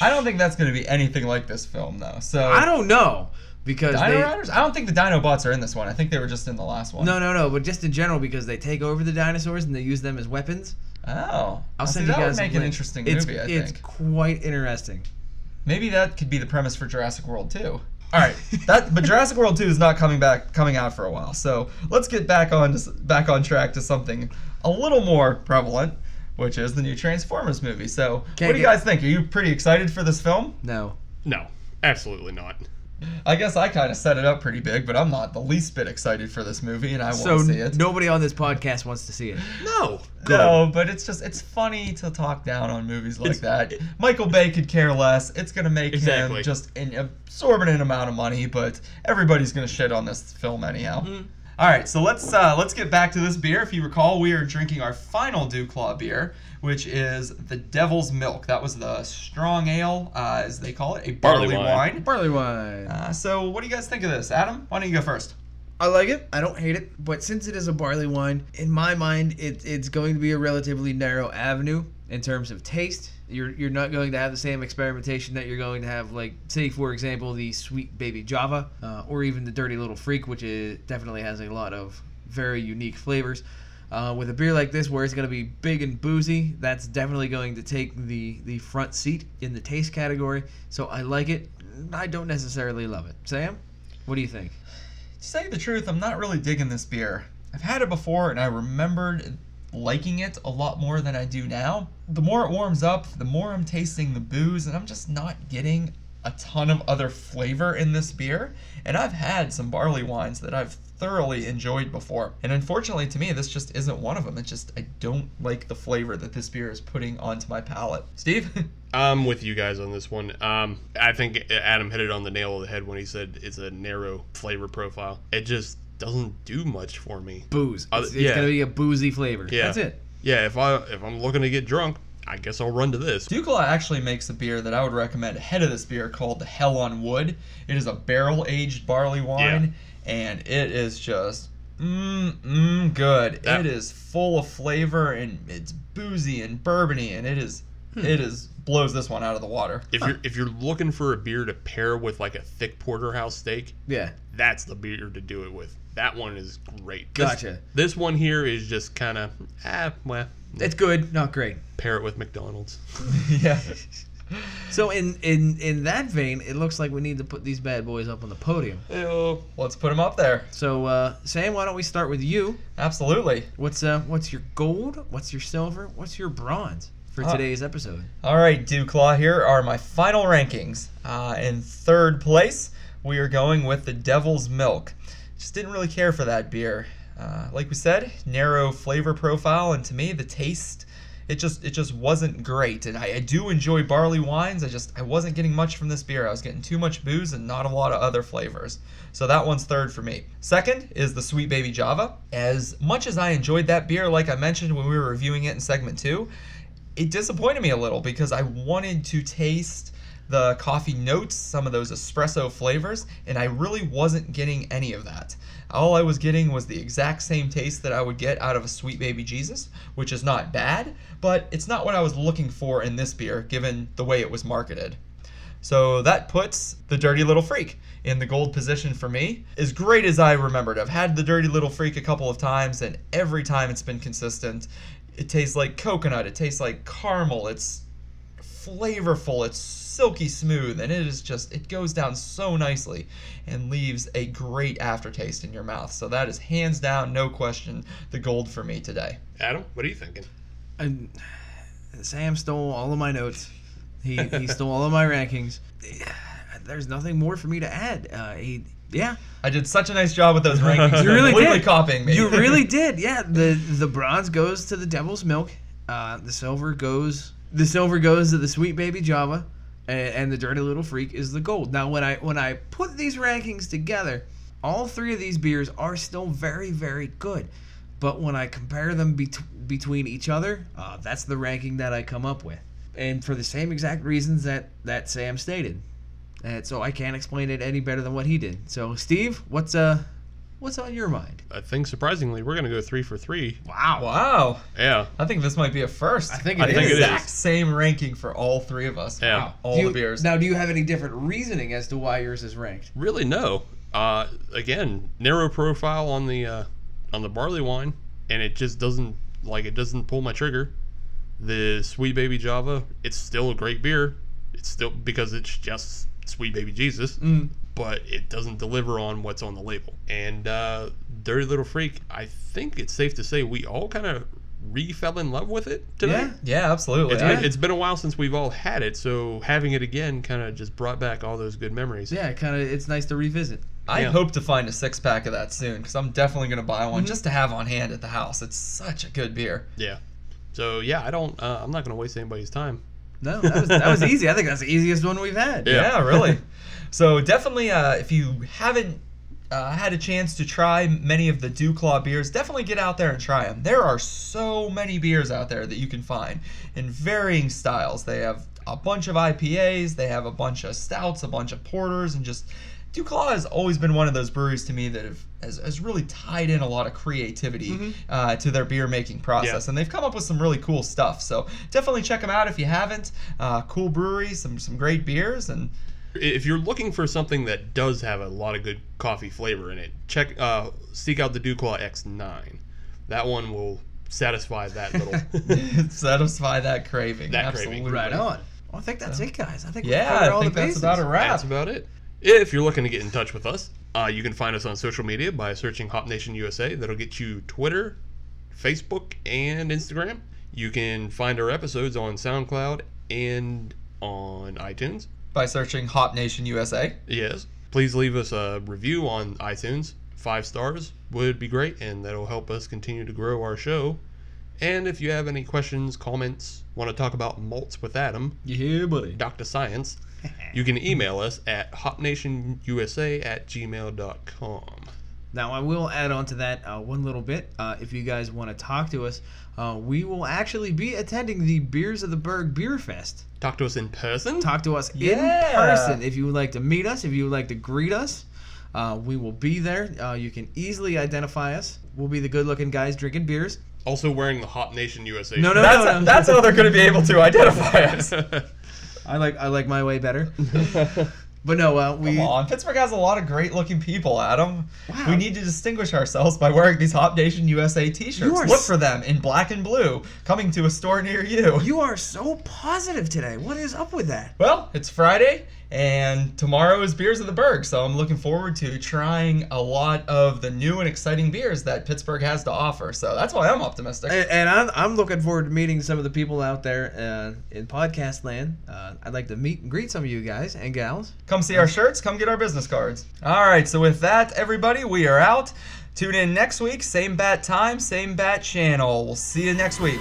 A: I don't think that's going to be anything like this film, though. So
C: I don't know because
A: Uh, Dino
C: they,
A: Riders? I don't think the Dinobots are in this one. I think they were just in the last one.
C: no, no, no. But just in general, because they take over the dinosaurs and they use them as weapons.
A: Oh.
C: I'll
A: See,
C: send
A: that
C: you
A: would
C: guys.
A: make
C: some
A: an
C: links.
A: interesting
C: it's,
A: movie, I
C: it's
A: think.
C: quite interesting.
A: Maybe that could be the premise for Jurassic World 2. All right, that but Jurassic World 2 is not coming back coming out for a while. So, let's get back on to, s- back on track to something a little more prevalent, which is the new Transformers movie. So,
C: Can't
A: what do you
C: get-
A: guys think? Are you pretty excited for this film?
C: No,
B: No, absolutely not.
A: I guess I kind of set it up pretty big, but I'm not the least bit excited for this movie and I want
C: so
A: to see it.
C: nobody on this podcast wants to see it.
B: No.
A: No, but it's just it's funny to talk down on movies like
B: It's-
A: that.
B: it-
A: Michael Bay could care less. It's gonna make him
B: Exactly.
A: just an absorbent amount of money, but everybody's gonna shit on this film anyhow.
B: Mm-hmm.
A: All right, so let's uh, let's get back to this beer. If you recall, we are drinking our final Dew Claw beer, which is the Devil's Milk. That was the strong ale, uh, as they call it, a barley,
B: Barley
A: wine.
B: wine.
C: Barley wine.
A: Uh, so, what do you guys think of this, Adam? Why don't you go first?
C: I like it. I don't hate it, but since it is a barley wine, in my mind, it, it's going to be a relatively narrow avenue in terms of taste. You're you're not going to have the same experimentation that you're going to have, like say for example, the sweet baby Java, uh, or even the dirty little freak, which is, definitely has a lot of very unique flavors. Uh, with a beer like this, where it's going to be big and boozy, that's definitely going to take the the front seat in the taste category. So I like it. I don't necessarily love it. Sam, what do you think?
A: To tell you the truth, I'm not really digging this beer. I've had it before and I remembered liking it a lot more than I do now. The more it warms up, the more I'm tasting the booze, and I'm just not getting a ton of other flavor in this beer. And I've had some barley wines that I've thoroughly enjoyed before. And unfortunately to me, this just isn't one of them. It's just, I don't like the flavor that this beer is putting onto my palate. Steve?
B: I'm with you guys on this one. Um, I think Adam hit it on the nail of the head when he said it's a narrow flavor profile. It just doesn't do much for me.
C: booze.
B: Other-
C: it's it's
B: yeah.
C: gonna be a boozy flavor.
B: Yeah.
C: That's it.
B: Yeah, if I if I'm looking to get drunk, I guess I'll run to this.
A: Ducola actually makes a beer that I would recommend ahead of this beer called the Hell on Wood. It is a barrel aged barley wine, and it is just mmm mmm good.
B: That-
A: It is full of flavor and it's boozy and bourbony, and it is it is blows this one out of the water.
B: If you're if you're looking for a beer to pair with like a thick porterhouse steak,
C: Yeah.
B: that's the beer to do it with. That one is great. This-
C: Gotcha.
B: This, one here is just kind of ah, well,
C: It's good, not great.
B: pair it with McDonald's.
A: yeah.
C: So in in in that vein, it looks like we need to put these bad boys up on the podium.
B: Ew.
A: Let's put them up there.
C: So uh, Sam, why don't we start with you?
A: Absolutely.
C: What's uh what's your gold? What's your silver? What's your bronze for
A: Uh,
C: today's episode?
A: All right, Dewclaw, here are my final rankings. Uh, in third place, we are going with the Devil's Milk. Just didn't really care for that beer. Uh, like we said, narrow flavor profile, and to me, the taste. It just it just wasn't great, and I, I do enjoy barley wines. I just I wasn't getting much from this beer. I was getting too much booze and not a lot of other flavors. So that one's third for me. Second is the Sweet Baby Java. As much as I enjoyed that beer, like I mentioned when we were reviewing it in segment two, it disappointed me a little because I wanted to taste the coffee notes, some of those espresso flavors, and I really wasn't getting any of that. All I was getting was the exact same taste that I would get out of a Sweet Baby Jesus, which is not bad, but it's not what I was looking for in this beer given the way it was marketed. So that puts the Dirty Little Freak in the gold position for me. As great as I remembered, I've had the Dirty Little Freak a couple of times, and every time it's been consistent. It tastes like coconut, it tastes like caramel, it's flavorful, it's silky smooth, and it is just, it goes down so nicely and leaves a great aftertaste in your mouth. So that is hands down, no question, the gold for me today.
B: Adam, what are you thinking?
C: And Sam stole all of my notes. He, he stole all of my rankings. There's nothing more for me to add. Uh, he, yeah,
A: I did such a nice job with those rankings.
C: You
A: You're
C: really
A: completely
C: did.
A: copying me.
C: you really did. Yeah, the the bronze goes to the Devil's Milk. Uh, the silver goes the silver goes to the Sweet Baby Java, and, and the Dirty Little Freak is the gold. Now when I when I put these rankings together, all three of these beers are still very very good, but when I compare them bet- between each other, uh, that's the ranking that I come up with, and for the same exact reasons that that Sam stated. And so I can't explain it any better than what he did. So Steve, what's uh, what's on your mind?
B: I think surprisingly, we're gonna go three for three.
C: Wow.
A: Wow.
B: Yeah,
A: I think this might be a first.
C: I think it
A: The
B: is. I think it
A: exact
B: is.
A: same ranking for all three of us.
B: yeah.
C: Wow.
A: All
C: Do you-
A: the beers.
C: Now, do you have any different reasoning as to why yours is ranked?
B: Really, no. Uh, again, narrow profile on the uh, on the barley wine, and it just doesn't like it doesn't pull my trigger. The Sweet Baby Java, it's still a great beer. It's still because it's just Sweet Baby Jesus,
C: Mm.
B: but it doesn't deliver on what's on the label. And uh, Dirty Little Freak, I think it's safe to say we all kind of re fell in love with it today.
C: Yeah.
A: yeah, absolutely.
B: It's
A: I-
B: been, it's been a while since we've all had it, so having it again kind of just brought back all those good memories.
C: Yeah, kind of. It's nice to revisit.
A: I
B: Yeah.
A: hope to find a six pack of that soon because I'm definitely going to buy one just to have on hand at the house. It's such a good beer.
B: Yeah. So yeah, I don't. Uh, I'm not gonna waste anybody's time.
C: No, that was, that was easy. I think that's the easiest one we've had.
B: Yeah.
A: Yeah, really. so definitely, uh, if you haven't uh, had a chance to try many of the Dew Claw beers, definitely get out there and try them. There are so many beers out there that you can find in varying styles. They have a bunch of IPAs, they have a bunch of stouts, a bunch of porters, and just Dew Claw has always been one of those breweries to me that have has, has really tied in a lot of creativity
C: Mm-hmm.
A: uh, to their beer making process,
B: Yeah.
A: and they've come up with some really cool stuff. So definitely check them out if you haven't. Uh, cool brewery, some some great beers, and
B: If you're looking for something that does have a lot of good coffee flavor in it, check uh, seek out the Duclaw X9. That one will satisfy that little.
A: satisfy that craving.
B: That
A: Absolutely.
B: craving.
C: Right on. Well, I think that's it, guys. I think we
A: Yeah,
C: covered
A: I
C: all
A: think
C: the
A: that's
C: bases.
A: about a wrap.
B: That's about it. If you're looking to get in touch with us, uh, you can find us on social media by searching Hop Nation USA. That'll get you Twitter, Facebook, and Instagram. You can find our episodes on SoundCloud and on iTunes.
A: By searching Hop Nation USA.
B: Yes. Please leave us a review on iTunes. Five stars would be great, and that'll help us continue to grow our show. And if you have any questions, comments, want to talk about malts with Adam,
C: Yeah, buddy.
B: Dr. Science, you can email us at hopnationusa at gmail.com.
C: Now, I will add on to that uh, one little bit. Uh, if you guys want to talk to us, uh, we will actually be attending the Beers of the Berg Beer Fest.
B: Talk to us in person.
C: talk to us
A: Yeah.
C: in person if you would like to meet us if you would like to greet us uh, we will be there uh, you can easily identify us we'll be the good looking guys drinking beers
B: Also wearing the Hop Nation USA.
C: No, no,
A: That's,
C: no.
A: that's how they're going to be able to identify us.
B: shirt.
C: i like i like my way better but no uh, we
A: Come on, Pittsburgh has a lot of great looking people, Adam.
C: Wow.
A: We need to distinguish ourselves by wearing these Hop Nation USA t shirts.
C: You are
A: Look
C: s-
A: for them in black and blue coming to a store near you.
C: you are so positive today what is up with that
A: Well, it's Friday, and tomorrow is Beers of the Berg, so I'm looking forward to trying a lot of the new and exciting beers that Pittsburgh has to offer. So that's why I'm optimistic.
C: and, and I'm, I'm looking forward to meeting some of the people out there uh, in podcast land uh, i'd like to meet and greet some of you guys and gals
A: Come see our shirts, come get our business cards. All right, so with that, everybody, we are out. Tune in next week, same bat time, same bat channel. We'll see you next week.